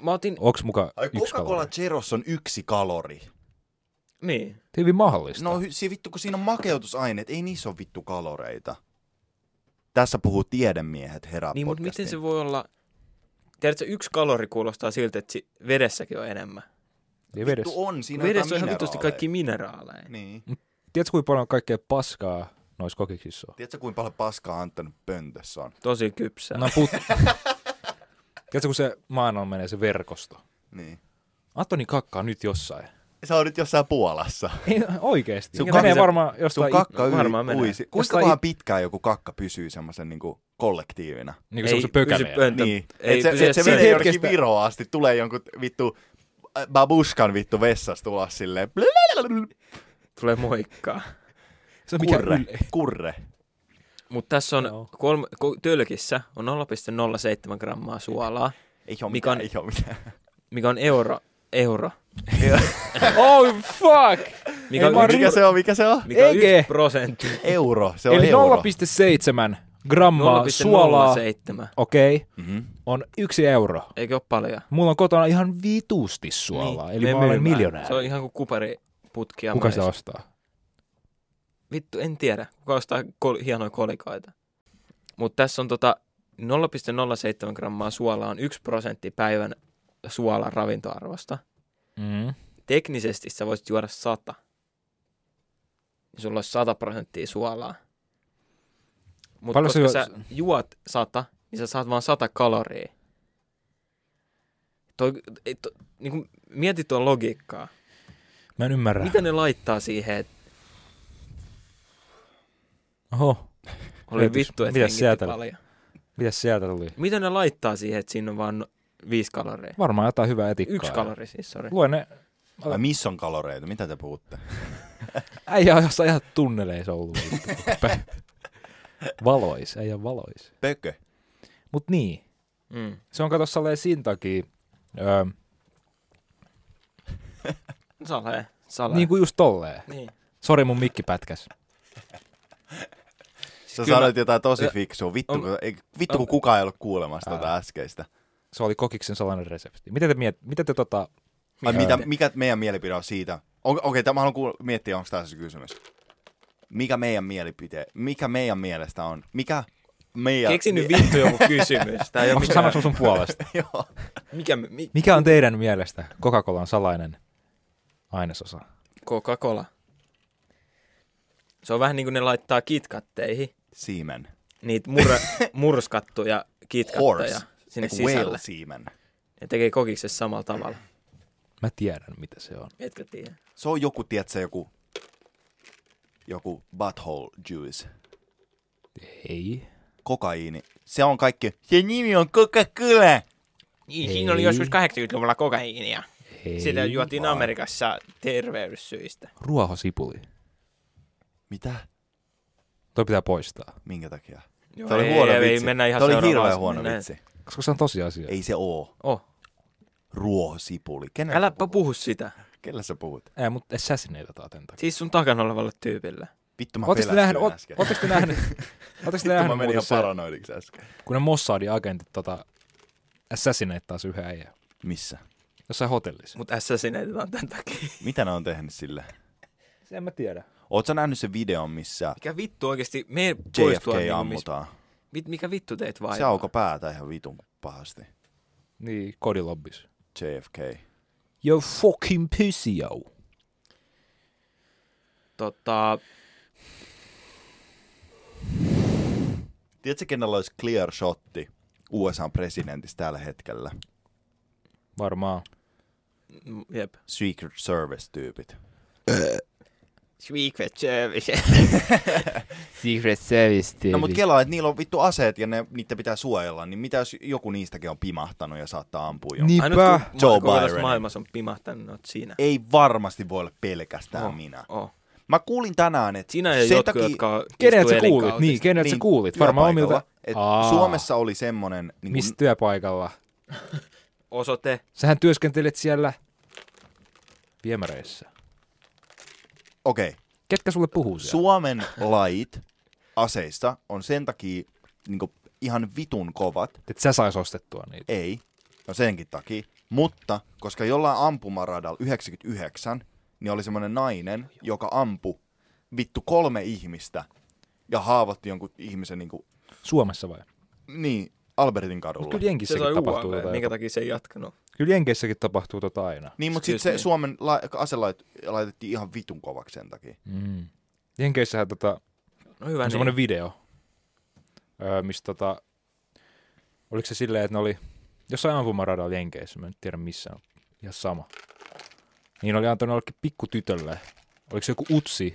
A: Mä otin...
C: Onks muka
B: Ai
C: yksi
B: Coca-Cola
C: kalori?
B: Zeros on yksi kalori.
A: Niin.
C: Hyvin mahdollista.
B: No hy- si- vittu, kun siinä on makeutusaineet, ei niissä ole vittu kaloreita. Tässä puhuu tiedemiehet herää
A: Niin, mutta miten se voi olla... Tiedätkö, yksi kalori kuulostaa siltä, että si- vedessäkin on enemmän.
C: Ei vedes.
B: Vittu on, siinä on
A: Vedessä on
B: jotain
A: ihan vitusti
B: mineraaleja.
A: kaikki mineraaleja.
B: Niin.
C: Tiedätkö, kuinka paljon kaikkea paskaa noissa kokiksissa on?
B: Tiedätkö, kuinka paljon paskaa Anton pöntössä on?
A: Tosi kypsää.
C: No put... Tiedätkö, kun se maailma menee se verkosto?
B: Niin.
C: Antoni kakka on nyt jossain.
B: Sä olet jossain Puolassa.
C: Ei, oikeesti.
B: Sun
C: Sun
B: kakka-
C: menee varmaan
B: Sun
C: jostain...
B: kakka yli,
A: varmaan menee.
B: uisi. Kuinka
C: Jostain-
B: kohan pitkään joku kakka pysyy semmoisen niinku kollektiivina?
C: Niin kuin se, kun se pökälee.
A: pysy pöntä-
B: Niin.
A: Ei,
B: et se,
A: pysy
B: se, se
A: edes
B: menee
A: sen-
B: jonnekin
C: hetkestä-
B: Viroon asti, tulee jonkun vittu äh, babuskan vittu vessasta ulos silleen.
A: Tulee moikkaa. No
C: Se on mikä
B: Kurre,
C: yle.
B: kurre.
A: Mutta tässä on
C: Joo.
A: No. kolme, ko- tölkissä on 0,07 grammaa suolaa,
B: Ei
A: Mikä
B: oo mitään,
A: on-
B: ei oo mitään.
A: mikä on euro. Euro.
C: Oh fuck!
A: Mikä
C: Ei,
A: on,
C: mä oon
A: yksi,
B: Mikä se on, mikä se on?
A: mikä on
C: Ege.
A: yksi prosentti.
B: Euro, se on
C: Eli
B: euro.
C: 0,7 grammaa suolaa.
A: 0,07.
C: Okei, okay,
B: Mm-hmm.
C: on yksi euro.
A: Eikö ole paljon?
C: Mulla on kotona ihan vitusti suolaa, niin, eli
A: Me
C: mä olen
A: myymään.
C: miljonääri.
A: Se on ihan kuin kupariputkia.
C: Kuka sitä
A: monessa.
C: ostaa?
A: Vittu, en tiedä. Kuka ostaa kol- hienoja kolikoita. Mutta tässä on tota 0,07 grammaa suolaa on 1 prosentti päivän suolan ravintoarvosta.
C: Mm.
A: Teknisesti sä voisit juoda 100. Ja Sulla olisi 100 prosenttia suolaa. Mutta
C: Paljon sä
A: koska
C: juo-
A: sä juot 100, niin sä saat vaan 100 kaloria. Toi, ei, to, niin kuin, mieti tuon logiikkaa.
C: Mä en ymmärrä.
A: Mitä ne laittaa siihen, että
C: Oho,
A: oli
C: Mitäs-
A: vittu, että
C: mitäs
A: hengitti
C: sieltä?
A: paljon.
C: mitäs sieltä tuli?
A: Mitä ne laittaa siihen, että siinä on vaan viisi kaloria?
C: Varmaan jotain hyvää etikkaa.
A: Yksi kalori siis, sori.
C: Lue ne.
B: Ai, missä on kaloreita? Mitä te puhutte?
C: Äijä on jossain ihan tunneleissa ollut. valois, äijä valois.
B: Pökö.
A: Siis
C: Mut niin,
A: Mm.
C: se on kato salleen siinä takia. Öö,
A: Sale, sale.
C: niin kuin just tolleen.
A: niin.
C: Sori mun mikki pätkäs.
B: Sä
A: Kyllä.
B: sanoit jotain tosi
A: Ja-
B: fiksua. Vittu,
A: on-
B: kun, ei, vittu kun
A: on-
B: kukaan ei ollut kuulemassa
C: Älä.
B: tätä äskeistä.
C: Se oli kokiksen salainen resepti. Mitä te, miet, mitä te tota...
B: Ai,
C: Mitä-
B: mitä, mikä meidän mielipide on siitä? On, Okei, okay, mä haluan kuulla, miettiä, onko tässä kysymys. Mikä meidän mielipide, mikä meidän mielestä on? Mikä meidän...
A: Keksi nyt vittu joku kysymys. Tää ei ole
C: Onko
A: mikään,
C: sanoksi sun puolesta?
B: Joo.
A: mikä, mi,
C: Mikä on teidän mielestä Coca-Colan salainen ainesosa?
A: Coca-Cola. Se on vähän niin kuin ne laittaa kitkatteihin
B: Siemen.
A: niitä mur- murskattuja kitkatteja
B: Horse.
A: sinne
B: Eiku, Whale
A: sisälle.
B: siemen.
A: Ne tekee kokiksessa samalla tavalla.
C: Mä tiedän, mitä se on.
A: Etkä tiedä.
B: Se on joku, tiedätkö, joku, joku butthole juice.
C: Ei.
B: Kokaiini. Se on kaikki. Se nimi on Coca-Cola.
A: Niin,
C: siinä oli joskus
A: 80-luvulla kokaiinia.
C: Ei.
A: juotiin Amerikassa terveyssyistä.
C: Ruohosipuli.
B: Mitä?
C: Toi pitää poistaa.
B: Minkä takia?
A: Joo,
B: Se oli
A: ei,
B: huono
A: ei,
B: vitsi.
A: Ei, mennä ihan
B: se oli
A: seuraavaan.
B: hirveän huono
A: Mennään-
B: vitsi.
C: Koska se on tosiasia.
B: Ei se oo.
A: Oh,
B: Ruohosipuli. Kenellä,
A: äläpä puhu sitä.
B: kenellä sä puhut?
C: Ei, mutta assassinatetaan tämän takia.
A: Siis sun takana olevalle tyypille.
B: Vittu mä
C: Ootteko te
B: pelästyin
C: nähnyt, oot-
B: äsken.
C: ootteko te nähnyt, ootteko te
B: Vittu mä
C: nähnyt
B: menin
C: muuten
B: ihan
C: se,
B: paranoidiksi äsken.
C: kun ne Mossadin agentit tota, assassinatettaas yhä äijää
B: Missä?
C: jossain hotellissa?
A: Mutta assassinatetaan tämän takia.
B: Mitä ne on tehnyt sille?
C: Sen mä tiedä.
B: Oot sä nähnyt sen videon, missä
A: Mikä vittu oikeesti, me
B: JFK
A: poistua niinku, mis,
B: ammutaan?
A: mit, mikä vittu teet vaivaa?
B: Se auko päätä ihan vitun pahasti.
C: Niin, kodilobbis.
B: JFK.
C: Yo fucking pussy, yo.
A: Tota,
B: Tiedätkö, kenellä olisi clear shotti USA presidentistä tällä hetkellä?
C: Varmaan.
A: mm, jep.
B: Secret Service-tyypit.
A: Secret service. Secret service.
B: No mut kelaa, että niillä on vittu aseet ja ne, niitä pitää suojella, niin mitä jos joku niistäkin on pimahtanut ja saattaa ampua jonkun?
C: Niin.
A: Ainut kun
B: Joe
A: Joe Biden.
B: Biden.
A: maailmassa on pimahtanut, oot siinä.
B: Ei varmasti voi olla pelkästään
A: Oh.
B: minä.
A: Oh.
B: Mä kuulin tänään, että
A: Sinä ja
B: sen
A: jotkut,
B: takia...
A: jotka
C: Kenet sä
A: istuu
C: kuulit?
A: elinkautisesti.
C: Niin, kenet sä
B: Siis niin,
C: kuulit? Varmaan
B: työpaikalla,
C: omilta.
B: et
C: Aa.
B: Suomessa oli semmonen... Niin
C: Missä työpaikalla?
A: Osoite.
C: Sähän työskentelet siellä viemäreissä.
B: Okei, okay.
C: Ketkä sulle puhuu siellä?
B: Suomen lait aseista on sen takia niin ihan vitun kovat,
C: Et sä sais ostettua niitä.
B: Ei. No senkin takia. Mutta koska jollain ampumaradalla 99, niin oli semmoinen nainen, joka ampu vittu kolme ihmistä ja haavoitti jonkun ihmisen niin, kuin,
C: Suomessa vai? niin.
B: niin Albertin kadulla.
C: Kyllä
A: Se
C: Jenkeissäkin
A: sai
C: tapahtuu
A: UAV,
C: tota.
A: minkä takia se ei jatkanut.
C: Kyllä Jenkeissäkin tapahtuu tota aina.
B: Niin, mutta sitten
A: Excuse
B: se
A: me.
B: Suomen la- aselait laitettiin ihan vitun kovaksi sen takia.
C: Mm. Jenkeissähän tota,
A: No hyvä
C: on
A: niin.
C: semmoinen video, öö, missä tota, oliko se silleen, että ne oli jossain ampumaradalla Jenkeissä, mä en tiedä missä on, ihan sama. Niin oli antanut jollekin pikkutytölle, oliko se joku utsi,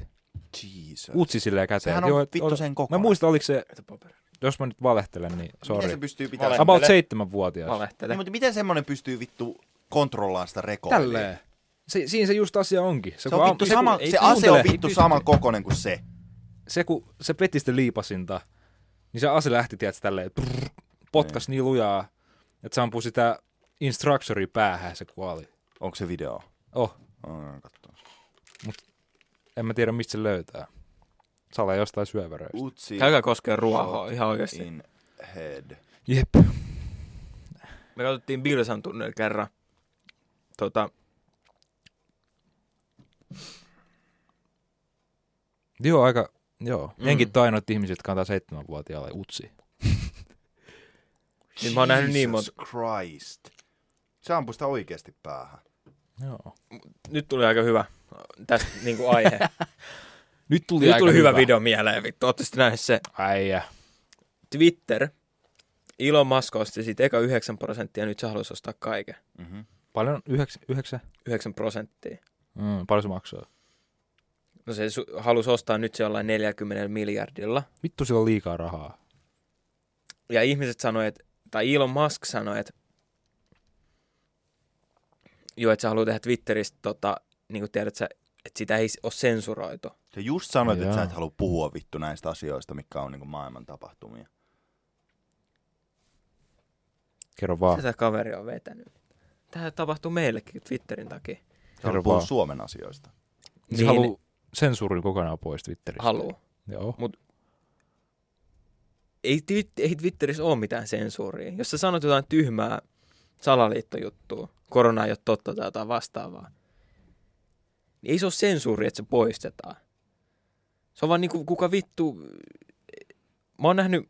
B: Jesus.
C: utsi silleen käteen.
B: Sehän
C: että
B: on
C: joo, et
B: vittu
C: ota-
B: sen
C: Mä
B: kokoinen.
C: muistan, oliko se,
A: Mitä paperi?
C: jos mä nyt valehtelen, niin
B: Miten se
C: sorry.
B: pystyy pitämään?
C: About
A: Valehtele.
C: seitsemänvuotias.
A: Valehtele.
B: Niin, mutta miten semmonen pystyy vittu kontrollaan sitä rekordia?
C: Tälleen. Se, siinä se just asia onkin.
B: Se, on vittu sama,
A: ei
B: se ase
C: kuuntele.
B: on vittu
A: Ei
B: saman kokoinen kuin se.
C: se, kun se peti sitä liipasinta, niin se ase lähti, tiedätkö, tälleen, prrr, potkas niin lujaa, että se ampui sitä instructoria päähän ja se kuoli.
B: Onko se video?
C: Oh,
B: Oh, katso.
C: en mä tiedä, mistä se löytää. Sala jostain syöväröistä.
B: Utsi.
A: Käykää koskee ruohoa ihan oikeesti.
B: in head.
C: Jep.
A: Me katsottiin Bilsan tunnel kerran. Tota,
C: Joo, aika, joo.
A: Mm.
C: Mm. Jenkit tainot ihmiset, jotka antaa seitsemänvuotiaalle utsi.
A: Niin mä oon nähnyt niin
B: Jesus Christ. Se ampui sitä oikeasti päähän.
C: Joo.
A: nyt tuli aika hyvä äh, tästä niinku aihe.
C: Nyt tuli,
A: nyt
C: aika
A: tuli hyvä, video mieleen, vittu. Ootte sitten nähnyt se
C: Äijä.
A: Twitter. Elon Musk osti siitä eka 9 prosenttia, nyt se haluaisi ostaa kaiken.
B: Mm-hmm.
C: Paljon? Yhdeksän? yhdeksän?
A: 9 prosenttia.
C: Mm, paljon se maksaa?
A: No se su- halusi ostaa nyt se jollain 40 miljardilla.
C: Vittu, sillä on liikaa rahaa.
A: ja ihmiset sanoi, että, tai Elon Musk sanoi, että joo, että sä haluat tehdä Twitteristä, tota, niin kuin tiedät, sä, että sitä ei ole sensuroitu.
B: Ja just sanoit, että
C: Joo.
B: sä et halua puhua vittu näistä asioista, mikä on niinku maailman tapahtumia.
C: Kerro
A: Ah.
C: vaan.
A: Sitä kaveri on vetänyt. Tämä tapahtuu meillekin Twitterin takia.
B: Sä haluat
C: Kerro
B: puhua
C: vaan.
B: Suomen asioista.
C: Se
A: niin.
C: haluu sensuurin kokonaan pois Twitteristä.
A: haluu.
C: Joo.
A: Ei, Twit- ei Twitterissä ole mitään sensuuria. Jos sä sanot jotain tyhmää salaliittojuttua, korona ei ole totta tai jotain vastaavaa, niin ei se ole sensuuri, että se poistetaan. Se on vaan niinku, kuka vittu... Mä oon nähnyt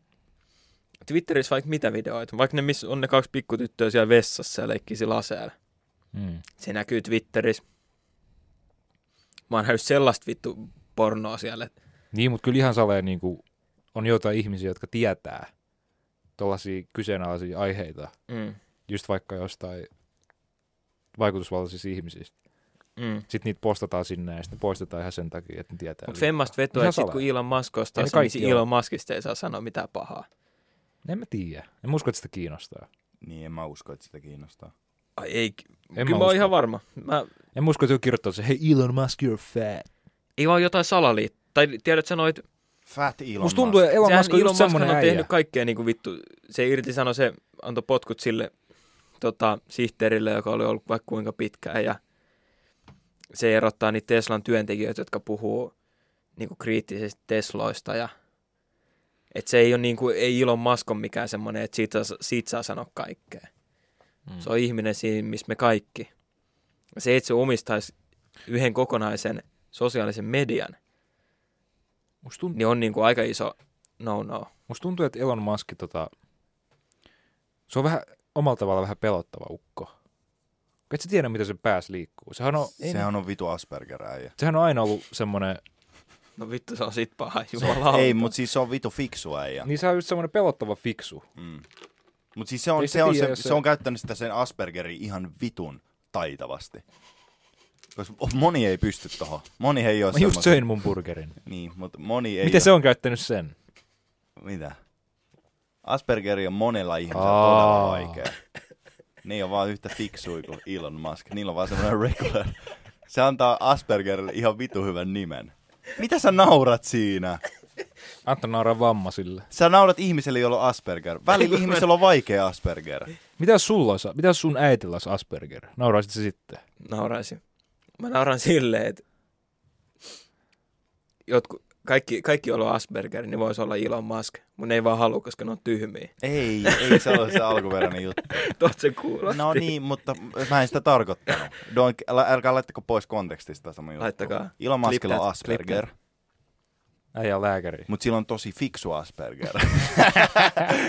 A: Twitterissä vaikka mitä videoita, vaikka ne, missä on ne kaksi pikkutyttöä siellä vessassa ja leikkii sillä aseella.
C: Mm.
A: Se näkyy Twitterissä. Mä oon nähnyt sellaista vittu pornoa siellä, että
C: Niin, mutta kyllä ihan saleen niin kuin, on joitain ihmisiä, jotka tietää tuollaisia kyseenalaisia aiheita,
A: mm,
C: just vaikka jostain vaikutusvaltaisista ihmisistä.
A: mm.
C: Sitten niitä postataan sinne ja sitten ne poistetaan ihan sen takia, että ne tietää.
A: Mutta Femmasta vetoa,
C: Ihan
A: että sit kun
C: salaa.
A: Elon Musk ostaa
C: Ei ne
A: sen, niin
C: kaikki
A: si-
C: ole.
A: Elon Muskista ei saa sanoa mitään pahaa.
C: En mä tiedä. En mä usko, että sitä kiinnostaa.
B: Niin, en mä usko, että sitä kiinnostaa.
A: Ai ei, en
C: mä
A: kyllä mä, oon
C: usko.
A: ihan varma. Mä,
C: En mä usko, että joku kirjoittaa se, hei Elon Musk, you're fat.
A: ei vaan jotain salaliittoa. Tai tiedät sä noit,
B: Fat Elon
C: Musta tuntuu,
B: Musk.
C: että Elon
A: sehän
C: Musk on niinku just
A: Muskhan
C: semmonen
A: on
C: äijä.
A: tehnyt kaikkea niinku vittu. Se irti sanoi, se antoi potkut sille tota, sihteerille, joka oli ollut vaikka kuinka pitkään. Ja se erottaa niitä Teslan työntekijöitä, jotka puhuu niin kuin kriittisistä Tesloista ja että se ei ole niin kuin, ei Elon Musk on mikään semmoinen, että siitä, saa- siitä saa sanoa kaikkea.
C: Mm.
A: Se on ihminen siinä, missä me kaikki. Se, että se omistaisi yhden kokonaisen sosiaalisen median,
C: Musta tuntuu,
A: niin on niin kuin aika iso no-no.
C: musta tuntuu, että Elon Musk, tota, se on vähän omalla tavalla vähän pelottava ukko. Et sä tiedä, mitä se pääs liikkuu. Sehän on,
A: Ei
B: Sehän on vitu Asperger-äijä.
C: sehän on aina ollut semmoinen,
A: No vittu, se on sit paha, jumalauta.
B: Ei, mutta siis se on vitu fiksu äijä.
C: niin se on just semmoinen pelottava fiksu.
B: Mm. Mutta siis se on,
C: Ei
B: se,
C: sitä
B: on,
C: tiedä,
B: se,
C: jos se-
B: se on käyttänyt sitä sen Aspergerin ihan vitun taitavasti. Koska moni ei pysty tohon. Moni ei ole
C: Mä just söin mun burgerin.
B: Niin, mutta moni ei
C: Miten
B: ole...
C: se on käyttänyt sen?
B: Mitä? Aspergeri on monella ihmisellä
C: Aa.
B: todella vaikea. Ne on vaan yhtä fiksui kuin Elon Musk. Niillä on vaan semmoinen regular. Se antaa Aspergerille ihan vitu hyvän nimen. Mitä sä naurat siinä?
C: Anton nauraa vamma sille.
B: Sä naurat ihmiselle, jolla on Asperger. Välillä ihmisellä on vaikea Asperger.
C: Mitä jos sulla olisi, mitä jos sun äitillä olisi Asperger? Nauraisit se sitten?
A: Nauraisin. Mä nauran silleen, että jotku, kaikki, kaikki, joilla on Asperger, niin voisi olla Elon Musk, mutta ne ei vaan halua, koska ne on tyhmiä.
B: Ei, ei se ole se alkuperäinen juttu.
A: Tuot se kuulosti.
B: No niin, mutta mä en sitä tarkoittanut. Don't, älä- älkää laittako pois kontekstista sama juttu.
A: Laittakaa.
B: Elon
A: Clip
B: Muskilla
A: that,
B: on
A: clip
B: Asperger,
C: Äijä on lääkäri.
B: mutta sillä on tosi fiksu Asperger.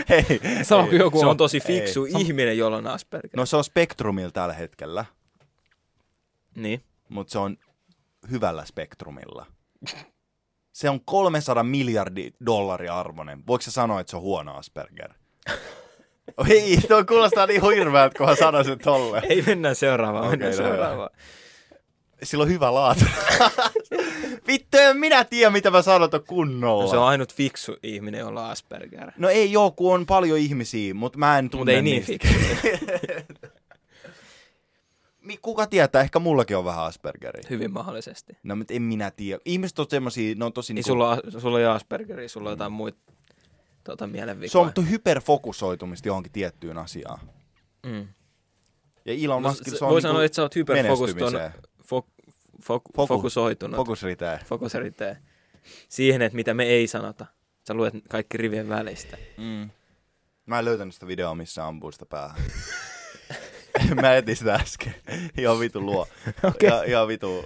B: Hei.
C: Sama kuin joku
A: se on
C: on.
A: tosi fiksu
B: Ei.
A: ihminen, jolla on Asperger.
B: No se on spektrumilla tällä hetkellä,
A: Niin.
B: mutta se on hyvällä spektrumilla. Se on 300 miljardi dollaria arvoinen. Voiko sä sanoa, että se on huono Asperger? Ei, tuo kuulostaa niin hirveältä, kun hän sanoi sen tolleen.
A: Ei, mennään seuraavaan. Okay,
B: Okei,
A: mennään
B: no hyvä.
A: seuraavaan.
B: Sillä on hyvä laatu. Vittu, en minä tiedä, mitä mä sanon tuon
A: No,
B: kunnolla.
A: se on ainut fiksu ihminen, jolla on Asperger.
B: No ei joo, kun on paljon ihmisiä, mutta mä en tunne
A: Mutta ei niin
B: niistä.
A: fiksu.
B: Mi- Kuka tietää, ehkä mullakin on vähän Aspergeri.
A: Hyvin mahdollisesti.
B: No, mutta en minä tiedä. Ihmiset on semmosia, ne on tosi...
A: Niin
B: niinku-
A: sulla, on- sulla ei ole Aspergeria, sulla on jotain muita tota, mielenvikoja.
B: Mm. se on mutta hyperfokusoitumista johonkin tiettyyn asiaan.
A: Mm.
B: Ja Elon
A: No,
B: Musk,
A: se,
B: se,
A: se
B: on
A: voi
B: niinku
A: sanoa, että sä oot hyperfokuston,
B: menestymiseen.
A: fok, fok,
B: Foku-
A: fokusoitunut, fokus.
B: fokusriteen.
A: fokuseriteen, siihen, että mitä me ei sanota. Sä luet kaikki rivien välistä.
B: Mm. Mä en löytänyt sitä videoa, missä ampuu sitä päähän. mä etin sitä äsken. Ihan vitu luo.
C: Okei.
B: Ja, ihan vitu...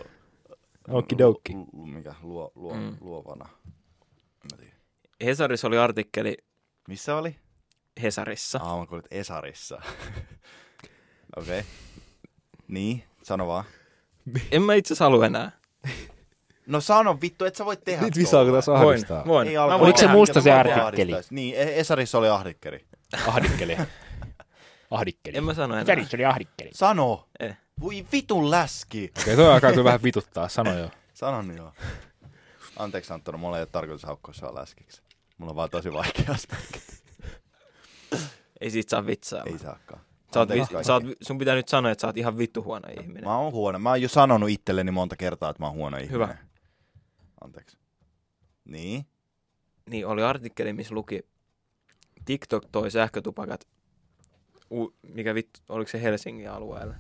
C: Okidoki.
B: Lu, lu- mikä? Luo, luo,
A: Mm.
B: mm. Luovana. Mä tiedän.
A: Hesarissa oli artikkeli
B: Missä oli?
A: Hesarissa.
B: Aa, mä kuulin, että Esarissa. Okei. Okay. Niin, sano vaan.
A: En mä itse asiassa halua enää.
B: No sano vittu, et sä voi tehdä
C: Nyt visaa, kun
B: tolla.
C: tässä
A: Voin,
C: ahdistaa.
A: voin.
B: Ei
A: Mä
B: alkaa-
A: voin
D: Oliko se
A: tehdä.
D: musta se
B: Mä voin
D: artikkeli?
B: ahdistaisi. Niin, E- Esarissa oli ahdikkeli.
D: Ahdikkeli. Ahdikkeli.
A: En mä sano enää.
D: Järis oli ahdikkeli.
B: Sano!
A: Eh.
B: Voi vitun läski!
C: Okei, toi alkaa kyllä vähän vituttaa, sano jo.
B: Sano niin joo. Anteeksi Antoni, mulla ei ole tarkoitus haukkoa sua läskiksi. Mulla on vaan tosi vaikea asia.
A: Ei siitä saa vitsaa.
B: Ei saakaan.
A: Sä oot,
B: Anteeksi
A: vi-
B: kaikki.
A: sä oot, sun pitää nyt sanoa, että sä oot ihan vittu huono ihminen.
B: Mä oon huono. Mä oon jo sanonut itselleni monta kertaa, että mä oon huono ihminen.
A: Hyvä.
B: Anteeksi. Niin.
A: Niin oli artikkeli, missä luki TikTok toi sähkötupakat, u- mikä vittu, oliko se Helsingin alueella?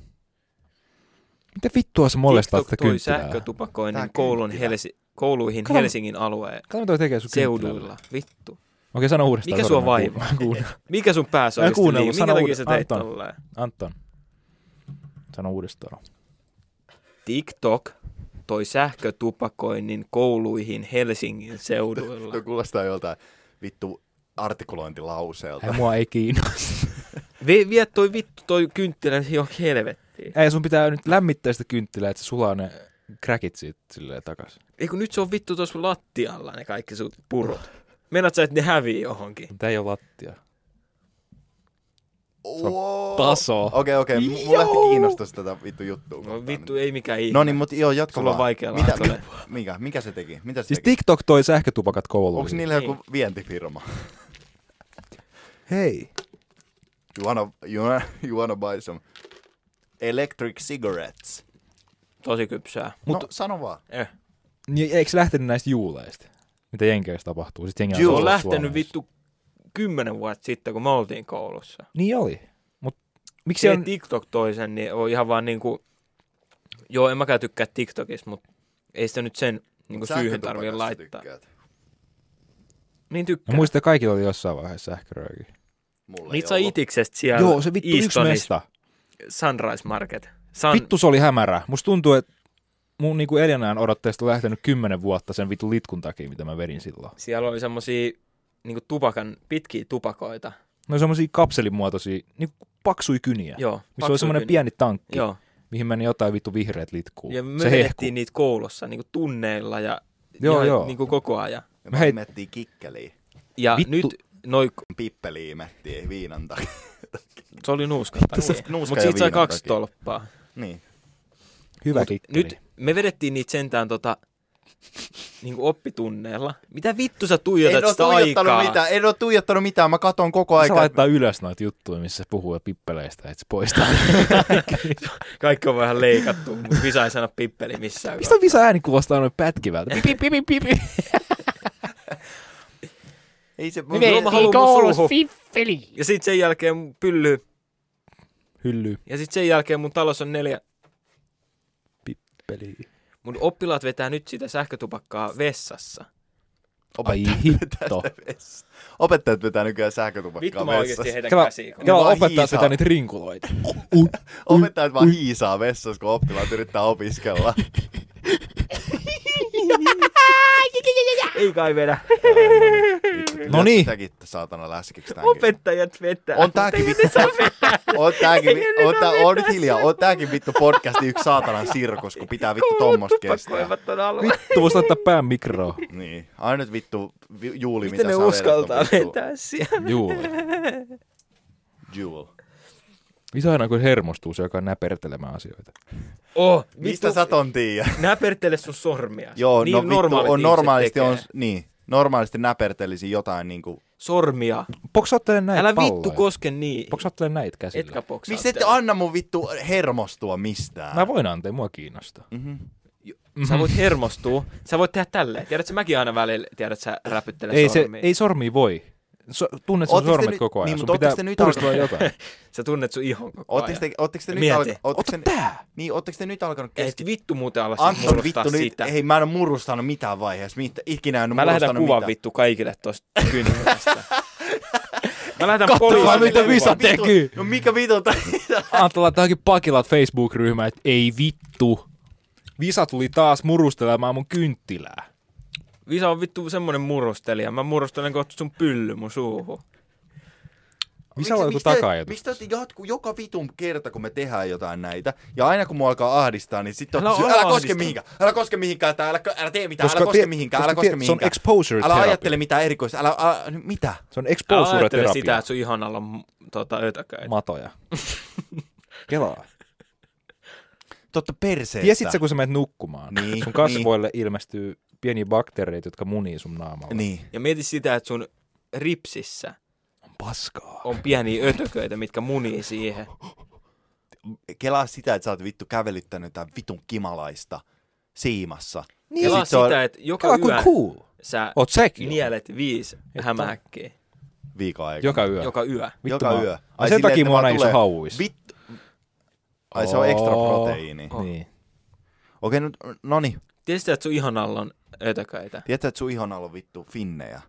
C: Mitä vittua sä molestat sitä
A: TikTok toi
C: kynttilää?
A: sähkötupakoinnin
B: Tää
A: koulun
B: kynttilä.
A: Helsi- kouluihin
C: Kato-
A: Helsingin alueen
C: Kato, mitä toi tekee sun
A: seuduilla. Vittu.
C: kynttilällä. Okei, sano uudestaan.
A: Mikä
C: sori,
A: sua
C: mä
A: vaivaa?
C: kuun- mä kuunnellut.
A: Mikä sun päässä
C: Mä en
A: oikeesti
C: kuunnellut,
A: liikaa? Minkä
C: sano
A: takia
C: uuden-
A: sä teit
C: Anton.
A: tolleen?
C: Anton. Sano uudestaan.
A: TikTok toi sähkötupakoinnin kouluihin Helsingin seuduilla.
B: Tuo kuulostaa joltain vittu artikulointilauseelta.
C: Ei, mua ei kiinnosta.
A: Vie, vie toi vittu toi kynttilä johonkin helvettiin.
C: Ei, sun pitää nyt lämmittää sitä kynttilää, että se sulaa ne kräkit siitä silleen takas.
A: Ei kun nyt se on vittu tuossa lattialla ne kaikki sut purut. Meinaat sä, että ne hävii johonkin?
C: Tää ei ole lattia.
B: Wow.
C: Taso.
B: Okei, okei. M- Mulla lähti kiinnostus tätä vittu juttua.
A: No
B: kohtaan
A: vittu,
B: nyt.
A: ei mikään ihme.
B: No niin, mutta joo, jatka
A: Sulla on
B: vaan.
A: vaikea
B: Mitä,
A: laatu.
B: mikä, mikä se teki? Mitä se
C: Siis
B: teki?
C: TikTok toi sähkötupakat kouluun.
B: Onko niillä joku
A: Niin.
B: vientifirma?
C: Hei.
B: You wanna, you wanna, you wanna buy some electric cigarettes? niin.
A: Tosi kypsää.
B: Mut, no, sano vaan.
A: Eh.
C: Niin, eikö se lähtenyt näistä juuleista? Mitä Jenkeissä tapahtuu? Sitten jengi
A: Se
B: Juu.
A: on
C: asuu
A: lähtenyt
C: Suomessa.
A: vittu kymmenen vuotta sitten, kun me oltiin koulussa.
C: Niin oli. Mut miksi
A: Se
C: se
A: on...
C: on...
A: TikTok toisen, niin on ihan vaan niinku... Joo, en mäkään tykkää TikTokista, mutta ei sitä nyt sen niinku syyhyn tarvii laittaa. Tykkää.
B: Tykkäät.
A: Niin
C: Mä
A: tykkää.
C: muistan, että kaikilla oli jossain vaiheessa sähkörööki.
B: Mulla
A: Niitä saa
B: ei ollut.
A: itiksestä siellä
C: Joo, se vittu yksi
A: Eastonis
C: mesta.
A: Sunrise Market. Sun...
C: Vittu se oli hämärä. Musta tuntuu, että mun niinku elinään odotteesta on lähtenyt kymmenen vuotta sen vittu litkun takia, mitä mä vedin silloin.
A: Siellä oli semmosia niinku tupakan, pitkiä tupakoita.
C: No semmosia kapselimuotoisia, niinku paksui kyniä.
A: Joo.
C: missä oli
A: paksuja
C: semmoinen
A: kyniä.
C: pieni tankki,
A: Joo.
C: mihin meni jotain vittu vihreät litkuu.
A: Ja me
C: se hehku.
A: vedettiin niitä koulussa niinku tunneilla ja
C: Joo,
A: ihan
C: joo.
A: Niinku koko ajan.
B: Ja
C: Mä
B: me
C: hei-
B: mettiin kikkeliin.
A: Ja
C: Vittu.
A: Vittu. nyt noi,
B: Pippeliin mettiin viinan takia.
A: se oli nuuska.
B: Nuuska- nuuska
A: Mutta siitä
B: ja
A: sai
B: viinan
A: kaksi
B: takia.
A: tolppaa.
B: Niin.
C: Hyvä
A: niin, Mut
C: kikkeli.
A: Nyt me vedettiin niitä sentään tota, niinku oppitunneilla. Mitä vittu sä tuijotat
B: en oo
A: sitä
B: tuijottanut
A: aikaa?
B: mitään, en oo tuijottanut mitään, mä katon koko
C: Aika...
B: aika.
C: laittaa ylös noita juttuja, missä se puhuu pippeleistä, että se poistaa.
A: Kaikki on vähän leikattu, mutta Visa ei sano pippeli missään.
C: Mistä visa ääni kuulostaa noin pätkivältä? Pipi, pipi, pipi.
B: Ei se, mun,
A: Joo,
D: Me
A: mä haluan mun
D: koulussa
A: suuhun.
D: fiffeliin.
A: Ja sitten sen jälkeen mun pylly.
C: Hylly,
A: Ja sitten sen jälkeen mun talossa on neljä.
C: peli.
A: Mun oppilaat vetää nyt sitä sähkötupakkaa vessassa.
C: Ai
B: opettajat
C: hitto.
B: vessassa. Opettajat vetää nykyään sähkötupakkaa
A: Vittu mä
B: vessassa.
A: oikeesti heitän
C: Kela,
A: käsiin. kun-
C: kela
B: Vaan
C: opettaa
B: hiisaa.
C: sitä niitä rinkuloita.
B: Opettajat vaan hiisaa vessassa, kun oppilaat yrittää opiskella.
A: Ei kai vedä.
C: No niin.
B: Sitäkin saatana läskiksi tämänkin.
A: Opettajat vetää.
B: On tääkin vittu. On tääkin
C: Niin,
B: vittu. On, tää, on nyt hiljaa. On tääkin vittu podcasti yksi saatanan sirkus, kun pitää vittu tommosta kestää.
A: Tupakoivat on alla.
C: Vittu, voisi laittaa pään mikroon.
B: Niin. Aina nyt vittu vi- Juuli,
A: Miten
B: mitä
A: ne
B: sä vedät,
A: uskaltaa
B: on vittu-
A: vetää siellä?
C: Juu.
B: Juul.
C: Visa aina kun hermostuu, se joka näpertelemään asioita.
A: Oh,
B: Mistä sä ton tiiä?
A: Näpertele sun sormia.
B: Joo,
A: niin
B: no vittu,
A: normaalit
B: on
A: ihmiset
B: normaalisti
A: tekee.
B: on, niin, normaalisti näpertelisi jotain niinku.
A: Sormia.
C: Poksaattelee näitä
A: Älä
C: palloja.
A: vittu koske niihin.
C: Poksaattelee näitä käsillä.
A: Etkä poksaa.
B: Miksi et anna mun vittu hermostua mistään?
C: Mä voin antaa, ei mua kiinnostaa.
B: Mhm.
A: Sä voit hermostua. Sä voit tehdä tälleen. Tiedätkö, mäkin aina välillä, tiedät, sä räpyttelet
C: Ei, se,
A: sormia.
C: ei sormi voi. So, tunnet sun
B: Ootteks te
C: sormet
B: nyt-
C: koko ajan.
B: niin, mut
C: sun
B: ootteks
C: pitää
B: te nyt
C: puristua
B: alkanut-
C: jotain.
A: Sä tunnet sun ihon koko
B: Ootteko
A: ajan.
B: te, ootteko te nyt,
A: Mieti.
B: alka- ootteko te,
C: Tää!
B: niin, ootteko te nyt alkanut
A: Et
B: keskittyä?
A: vittu muuten ala
B: Anton
A: murustaa
B: vittu nyt,
A: sitä.
B: hei mä en oo murustanut mitään vaiheessa, mit, ikinä en oo
A: Mä lähetän
B: murustanut
A: kuvan
B: mitään.
A: vittu kaikille tosta kynnyksestä. Mä lähetän
C: Katsokaa,
A: poliisille
C: mitä
A: kuvan.
C: Visa teki!
B: No mikä vitu tää?
C: Antti laittaa johonkin pakilat Facebook-ryhmään, että ei vittu. Visa tuli taas murustelemaan mun kynttilää.
A: Visa on vittu semmonen murustelija. Mä murustelen kohta sun pylly mun suuhun.
C: Visa on joku takajatus.
B: Mistä te jatkuu joka vitun kerta, kun me tehdään jotain näitä? Ja aina kun mua alkaa ahdistaa, niin sitten
A: Älä
B: älä,
A: ole
B: älä koske
A: ahdistunut.
B: mihinkään, älä koske mihinkään, tää, älä, älä tee mitään,
C: Koska
B: älä koske
C: tie-
B: mihinkään,
C: koska
B: älä koske
C: tie- se on
B: mihinkään.
C: exposure
B: Älä
C: therapy.
B: ajattele mitään erikoista, älä, älä nyt mitä?
C: Se on
A: Älä
C: exposure
A: ajattele
C: terapia.
A: sitä, että sun ihon alla on tota, ötököitä.
C: Matoja. Kelaa.
B: Totta perseestä.
C: Tiesitkö, kun sä menet nukkumaan,
B: Niin,
C: niin, sun kasvoille niin. ilmestyy pieniä bakteereita, jotka munii sun naamalla.
B: Niin.
A: Ja mieti sitä, että sun ripsissä
C: Paskaa.
B: Oh,
A: on pieniä ötököitä, mitkä munii siihen.
B: Kelaa sitä, että sä oot vittu kävelyttänyt jotain vitun kimalaista siimassa.
A: Niin, Kelaa
B: sit se on
A: sitä, että joka
C: Kelaa
A: Kela,
C: kuin
A: yö cool.
C: cool.
A: sä
C: Oot säkin.
B: Niin,
A: nielet viisi hämähäkkiä.
B: Viikon aikaa.
C: Joka yö.
A: Joka yö.
C: Vittu
B: niin, Joka
C: mä-
B: yö.
C: Ai sen
B: silleen,
C: takia
B: että
C: mua on
B: vaan
C: näin iso
B: tulee-
C: hauis.
B: Vittu. Ai se on ekstra
C: Oo.
B: proteiini. Okei,
C: Niin.
B: okay, nyt, no niin.
A: Tiesit, että sun ihon alla on ötököitä?
B: Tiedätkö, että sun ihon alla on vittu finnejä?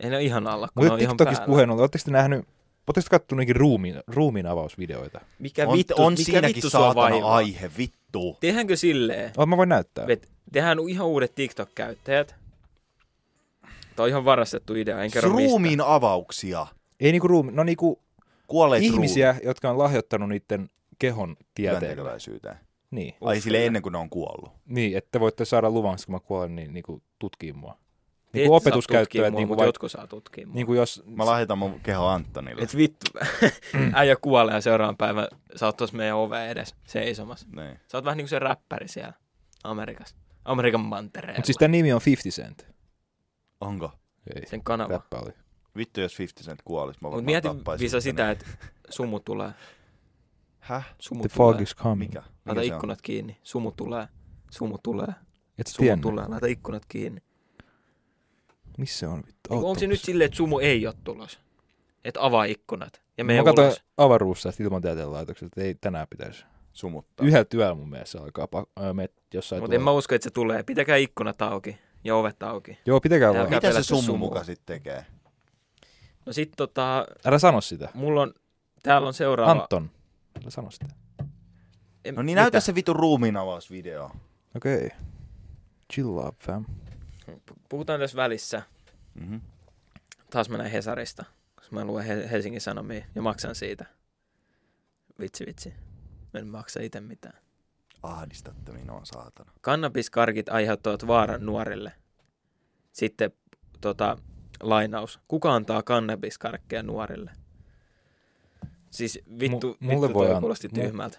A: Ei ne ole ihon alla, kun ne
C: Mutta
A: on ihan
C: TikTokista
A: päällä.
C: puheen ollen, ootteko te nähnyt, ootteko te kattonut niinkin ruumiin, ruumiin avausvideoita?
A: Mikä
B: on,
A: vittu,
B: on
A: mikä
B: siinäkin
A: vittu sua
B: saatana
A: vaivaa?
B: aihe, vittu.
A: Tehdäänkö silleen,
C: Oh, mä voin näyttää.
A: että tehdään ihan uudet TikTok-käyttäjät? Tämä on ihan varastettu idea, en kerro mistä.
B: Ruumiin avauksia.
C: Ei niinku ruumi, no niinku
B: Kuolleet
C: ihmisiä, jotka on lahjoittanut niiden kehon tieteelle.
B: työntekeväisyyteen.
C: Niin,
B: Ai sille ennen kuin ne on kuollut.
C: niin, että te voitte saada luvan, sit kun mä kuolen, niin niinku tutkii mua.
A: Te
C: Niinku
A: ette saa tutkia
C: opetuskäyttöä,
A: mua,
C: niinku
A: mutta
C: vai,
A: jotkut saa tutkia mua.
C: niinku jos...
B: Mä lahjoitan mun keho Antonille.
A: Et vittu,
C: Mm.
A: äijä kuolee ja seuraavan päivän sä oot tuossa meidän oveen edes seisomassa.
B: Niin.
A: Sä oot vähän niinku se räppäri siellä Amerikassa. Amerikan mantereella.
C: Mut siis tän nimi on 50 Cent.
B: Onko?
C: Ei,
A: Sen kanava.
C: täppä oli.
B: Vittu, jos 50 Cent kuolis, mä
A: Mut
B: varmaan
A: mieti
B: tappaisin
A: Visa
B: sen.
A: sitä, että sumu tulee.
B: Häh?
A: Sumu
C: The
A: tulee.
C: fog is coming.
B: Mikä?
A: Laita
B: Mikä se on?
A: ikkunat kiinni. Sumu tulee. Sumu tulee.
C: Et sä
A: Sumu
C: tiennyt.
A: tulee. Laita ikkunat kiinni.
C: Missä se on vittu?
A: Onko Niin, se
C: Outlookissa.
A: nyt silleen, että sumu ei ole tulos? Että avaa ikkunat ja mene
C: Mä katsoin
A: ulos.
C: avaruussa ilmatieteen laitokset, että ei tänään pitäisi.
B: Sumuttaa.
C: Yhdellä työllä mun mielestä se alkaa pak- öö, meet jossain
A: Mutta en mä usko, että se tulee. Pitäkää ikkunat auki ja ovet auki.
C: Joo, pitäkää
A: Älkää-
C: vaan.
B: Mitä se
A: pelätty
B: sumu
A: sumua.
B: muka sitten tekee?
A: No sit tota,
C: Älä sano sitä.
A: mulla on, täällä on seuraava.
C: Anton. Älä sano sitä.
A: En-
B: No niin
A: mitä?
B: näytä se vitun ruumiinavausvideo.
C: Okei. Okay. Chill up, fam.
A: Pu- Puhutaan tässä välissä.
B: Mm-hmm.
A: Taas mä näin Hesarista, koska mä luen He- Helsingin Sanomia ja maksan siitä. Vitsi, vitsi. Mä en maksa itse mitään.
B: Ahdistatte minua, saatana.
A: Kannabiskarkit aiheuttavat vaaran nuorille. Sitten tota, lainaus. Kuka antaa kannabiskarkkeja nuorille? Siis vittu,
C: Mu- mulle
A: vittu
C: voi
A: toi
C: an-
A: kuulosti
C: mu-
A: tyhmältä.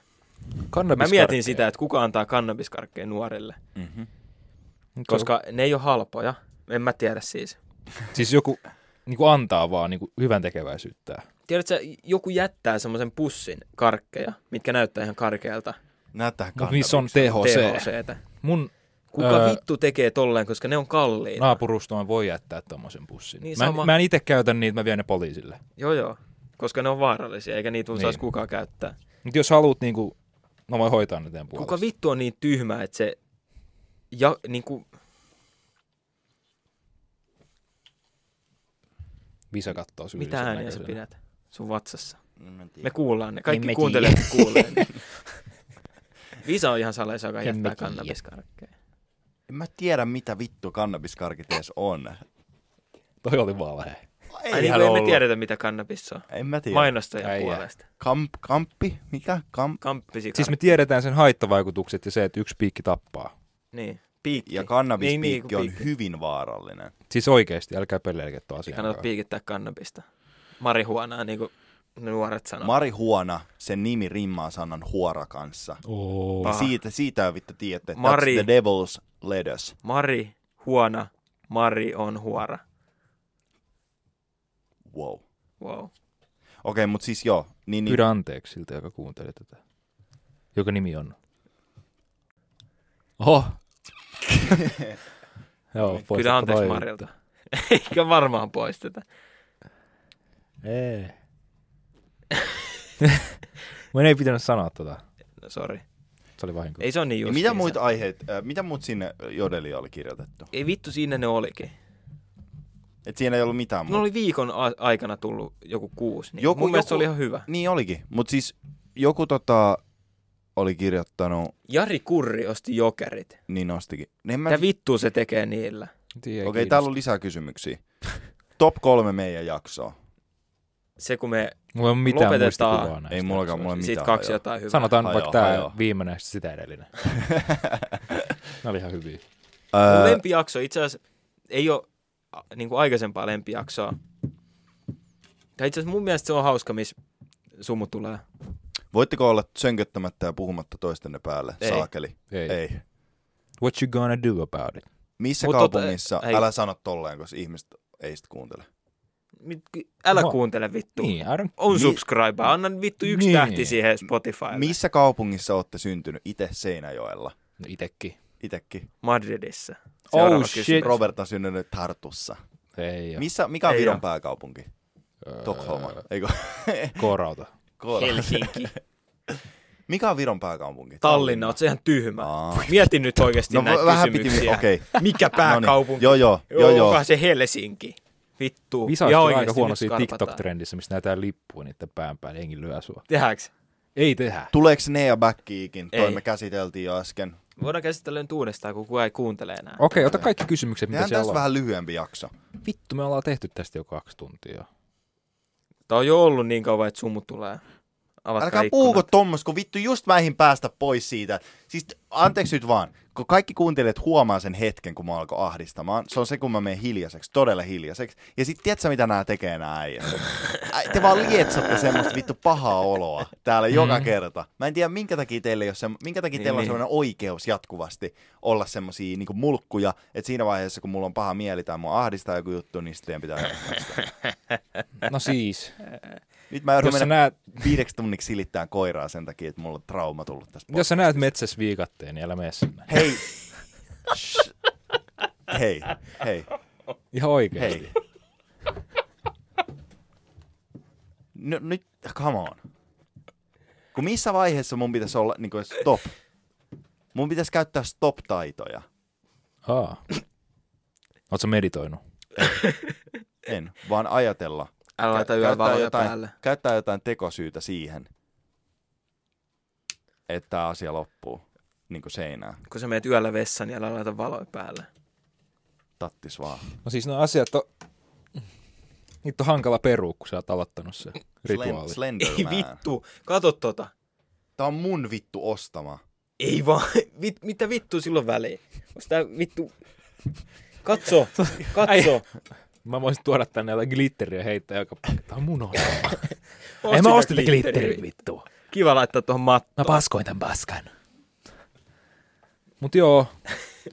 A: Mä
C: Kannabis
A: mietin sitä, että kuka antaa kannabiskarkkeja nuorille,
B: Mm-hmm.
A: koska ne ei ole halpoja. En mä tiedä siis.
C: Siis joku niin kuin antaa vaan niin kuin hyvän tekeväisyyttä.
A: Tiedätkö, joku jättää semmoisen pussin karkkeja, mitkä näyttää ihan karkealta
B: Näyttää
C: Mutta niissä No, niin on
B: kannabikselta.
C: THC.
A: THCtä.
C: Mun
A: Kuka
C: Öö.
A: vittu tekee tolleen, koska ne on kalliita?
C: naapurustoon voi jättää tommosen pussin.
A: Niin,
C: Niin, mä,
A: sama.
C: en, mä en itse käytä niitä, mä vien ne poliisille.
A: Joo joo, koska ne on vaarallisia, eikä niitä niin. saisi
C: Niin.
A: kukaan käyttää.
C: Mutta jos haluat, niin kuin, mä voin hoitaa ne teidän puolesta.
A: Kuka vittu on niin tyhmä, että se... Ja, niin kuin,
C: Visa kattoo syyllisen
A: mitä ääniä sä
C: näköisenä.
A: pidät sun vatsassa?
B: Mm, mä en tiedä.
A: Me kuullaan ne. Kaikki
D: En mä
A: kuuntelijat kuulee ne. Visa on ihan salaisa, joka
D: En mä
A: jättää
D: tiedä.
A: kannabiskarkkeja.
B: En mä tiedä, mitä vittu kannabiskarkit edes on.
C: Toi oli vaan vähän.
A: Ei, Ai, niin kuin emme tiedetä, mitä kannabis on.
B: En mä tiedä.
A: Mainostajan
C: Äijä.
A: puolesta.
B: Kamp, kamppi? Mikä? Kamp?
A: Kamppisi
C: Siis me tiedetään sen haittavaikutukset ja se, että yksi piikki tappaa.
A: Niin, piikki.
B: Ja kannabispiikki
A: Niin, niin,
B: on
A: piikki.
B: hyvin vaarallinen.
C: Siis oikeesti, älkää pelleilkä tuo
A: Ei
C: asiaa.
A: kannata piikittää kannabista. Marihuanaa, niin kuin ne nuoret sanoo.
B: Marihuona, sen nimi rimmaa sanan huora kanssa.
C: Oo.
B: Ja
A: Paha.
B: siitä, siitä vittu tiedätte, että
A: Mari-
B: that's the devil's lettuce.
A: Mari huona, Mari on huora.
B: Wow. Okei,
A: Wow.
B: okay, mutta siis joo. Niin, niin,
C: Pyydä anteeksi siltä, joka kuunteli tätä. Joka nimi on. Oho! Joo, pois.
A: Pyydä anteeksi Marilta. Eikä varmaan poisteta.
C: Ei. Mun ei pitänyt sanoa tota.
A: No sori.
C: Se oli vahinko.
A: Ei se on niin just.
B: niin mitä muita aiheita, äh, mitä muut sinne jodeli oli kirjoitettu?
A: Ei vittu, siinä ne olikin.
B: Et siinä ei ollut mitään
A: Ne
B: muuta.
A: oli viikon a- aikana tullut joku kuusi. Niin joku,
B: Joku-
A: mun joku... mielestä
B: joku-
A: se oli ihan hyvä.
B: Niin olikin, mutta siis joku tota, oli kirjoittanut,
A: Jari Kurri osti jokerit.
B: niin nostikin. En mä...
A: Mitä vittu se tekee niillä?
C: Tiedä,
B: Okei, okay, täällä on lisää kysymyksiä. Top kolme meidän jaksoa.
A: Se kun me
C: Mulla ei ole mitään
A: Lopetetaan.
C: muistikuvaa näistä.
B: Ei mullakaan, mulla
C: jaksoista.
B: ei
A: sit
B: mitään.
A: kaksi
B: hajua.
A: jotain hyvää.
C: Sanotaan
B: Hajoa,
C: vaikka tämä
B: hajoa. viimeinen
C: viimeinen sitä edellinen. ne oli ihan hyviä.
A: Mun
B: Öö,
A: lempijakso itse asiassa ei ole niin kuin aikaisempaa lempijaksoa. Tai itse asiassa mun mielestä se on hauska, missä sumu tulee.
B: voitteko olla sönköttämättä ja puhumatta toistenne päälle?
A: Ei.
B: Saakeli.
C: Ei.
B: Ei.
C: What you gonna do about it?
B: Missä
A: Mut
B: Mut
A: tota-
B: kaupungissa?
A: ei.
B: Ei. Älä sano tolleen, koska ihmiset ei sitä kuuntele.
A: Mit- Älä
C: No.
A: kuuntele vittu.
C: Niin, I don't...
A: On
B: Niin.
A: subscribe, anna vittu yksi
C: Niin.
A: tähti siihen Spotifylle.
B: Missä kaupungissa olette syntynyt? Itse Seinäjoella.
C: No itekin.
B: Itekin.
A: Madridissa.
C: Oh,
A: kysymys.
C: shit.
B: Robert on syntynyt Tartussa.
C: Ei oo.
B: Missä, mikä on
A: Ei
B: Viron
A: oo.
B: pääkaupunki?
C: Öö,
B: Tukholma. Eikö?
C: Korauta.
B: Koola.
A: Helsinki.
B: Mikä on Viron pääkaupunki?
A: Tallinna, oot sä ihan tyhmä.
B: Aa.
A: Mieti nyt oikeasti
B: No
A: näitä
B: v- vähän piti,
A: kysymyksiä.
B: okei.
A: Mikä
B: No niin.
A: pääkaupunki?
B: Joo, joo, joo, joo.
A: Onkohan se Helsinki? Vittu.
C: Visa on aika
A: oikeesti
C: huono
A: nyt
C: siinä
A: skarpataan.
C: TikTok-trendissä, missä näytetään lippua niiden pään päälle, jengi lyö sua.
A: Tehdäänkö?
C: Ei tehdä.
B: Tuleeko Nea Backiikin? Toi
A: Ei.
B: me käsiteltiin jo äsken.
A: Voidaan käsitellä nyt uudestaan, kun kukaan ei kuuntele enää.
C: Okei, ota kaikki kysymykset, mitä
B: Tehdään
C: siellä
B: tässä
C: on.
B: vähän lyhyempi jakso.
C: Vittu, me ollaan tehty tästä jo kaksi tuntia.
A: Tää on jo ollut niin kauan, että sumu tulee. Avatkaa
B: Älkää
A: ikkunat.
B: puhuko tommos, kun vittu just mä eihin päästä pois siitä. Siis anteeksi nyt vaan, kun kaikki kuuntelijat huomaa sen hetken, kun mä alkoi ahdistamaan. Se on se, kun mä menen hiljaiseksi, todella hiljaiseksi. Ja sit tiedätkö mitä nämä tekee nää äijät? Ä, Te vaan lietsotte semmoista vittu pahaa oloa täällä mm. joka kerta. Mä en tiedä, minkä takia teille, jos se, minkä takia
A: Niin,
B: niin, teillä on
A: niin.
B: semmoinen oikeus jatkuvasti olla semmosia niinku mulkkuja, että siinä vaiheessa, kun mulla on paha mieli tai mua ahdistaa joku juttu, niin sitten teidän pitää jatkaa sitä.
C: No siis,
B: Nyt mä joudun
C: jos sä,
B: mennä
C: näet,
B: viideksi tunniksi silittää koiraa sen takia, että mulla on trauma tullut tästä
C: jos sä näet metsässä viikatteen, niin älä mene sinne.
B: Hei. Shh. Hei, hei,
C: Ihan oikeesti.
B: hei. No, nyt, come on. Kun missä vaiheessa mun pitäisi olla niin kuin stop? Mun pitäisi käyttää stop-taitoja.
C: Aa. Oletko meditoinut?
B: En, vaan ajatella.
A: Älä laita
B: Kä-
A: yöllä
B: käyttää
A: valoja
B: jotain,
A: päälle.
B: Käyttää jotain tekosyytä siihen, että tämä asia loppuu. Niin kuin seinään.
A: Kun sä meet yöllä vessaan, niin älä laita valoja päälle.
B: Tattis vaan.
C: No siis nämä asiat on... Niitä on hankala perua, kun sä oot aloittanut se
B: Slen-
C: rituaali.
B: Slenderman.
A: Ei vittu, kato tota.
B: Tää on mun vittu ostama.
A: Ei vaan, vit, mitä vittu silloin väliin? Onks tää vittu... Katso, katso.
C: Mä voisin tuoda tänne jotain glitteriä heittää joka paikka. Tää on mun osa.
A: Oot
C: En
A: sä
C: mä osta tätä
A: glitteriä?
C: glitteriä, vittu.
A: Kiva laittaa tuohon mattoon.
C: Mä paskoin tämän paskan. Mut joo,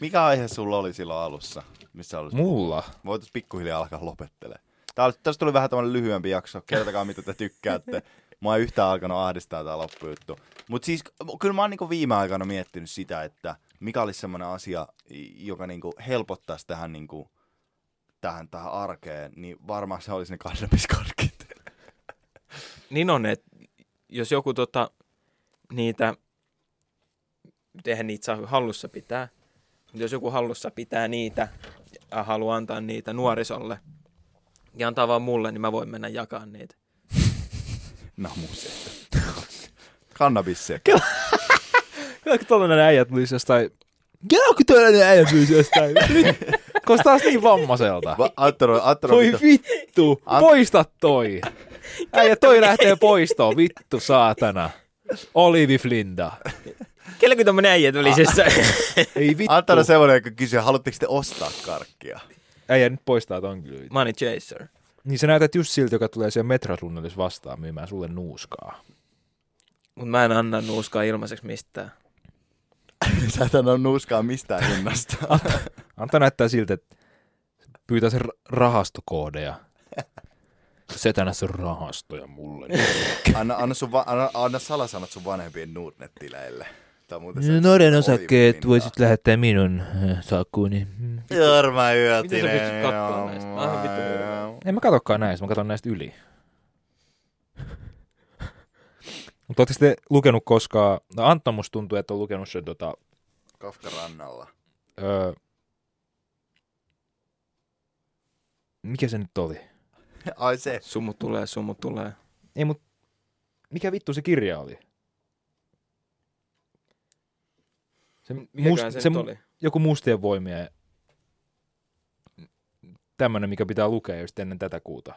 B: Mikä aihe sulla oli silloin alussa? Missä alussa?
C: mulla.
B: Voitais pikkuhiljaa alkaa lopettelee. Tää oli, tästä tuli vähän tämmönen lyhyempi jakso. Kertokaa, mitä te tykkäätte. Mua ei yhtään alkanut ahdistaa tää loppujuttu. Mut siis, kyllä mä oon niinku viime aikoina miettinyt sitä, että mikä olisi semmoinen asia, joka niinku helpottaisi tähän, niinku, tähän, tähän arkeen, niin varmaan se olisi ne kannabiskarkit.
A: Niin on, että jos joku tota, niitä, eihän niitä saa hallussa pitää, mutta jos joku hallussa pitää niitä ja haluaa antaa niitä nuorisolle ja antaa vaan mulle, niin mä voin mennä jakaa niitä.
B: Namuset. Kannabisse.
C: Kyllä kun tollanen äijä tulisi jostain... Kyllä kun tollanen äijä tulisi jostain... Nyt! Koska taas niin vammaiselta.
B: Va- Attero, Attero,
C: Voi
B: vittu.
C: vittu!
B: An-
C: Poista toi! Äijä toi lähtee poistoon, vittu saatana. Olivi Flinda.
A: Kelläkö tämmönen äijä tuli siis?
C: Ei vittu.
B: Antara semmoinen, joka kysyy, haluatteko te ostaa karkkia?
C: Äijä nyt poistaa ton kyllä.
A: Money Chaser.
C: Niin sä näytät just siltä, joka tulee siellä metrotunnelissa vastaan myymään sulle nuuskaa.
A: Mutta mä en anna nuuskaa ilmaiseksi mistään.
B: Niin Sä et anna nuuskaa mistään hinnasta.
C: Anta näyttää siltä, että pyytää sen ra- rahastokoodeja. Setänä sun rahastoja mulle.
B: Niin, anna, anna, sun va- anna, anna salasanat sun vanhempien Nordnet-tileille. Tää on
E: No,
C: Niin,
B: muuten se-
E: Noiden
B: Oi,
E: osakkeet
B: pinta.
E: voisit lähettää minun äh, salkkuuni.
B: Jorma Yötinen.
A: Miten sä pystyt kattoo näistä? Aivan vittu hurjaa.
C: en mä katokaan näistä, mä katon näistä yli. Mutta ootteko te lukenut koskaan, no Antta musta tuntuu, että on lukenut sen tota,
B: Kafka rannalla.
C: öö, mikä se nyt oli?
B: Ai se.
A: Summu tulee, summu tulee.
C: Ei mut, mikä vittu se kirja oli? Se, must,
A: Mikäköhän se,
C: se,
A: nyt oli?
C: joku mustien voimia ja tämmönen, mikä pitää lukea just ennen tätä kuuta.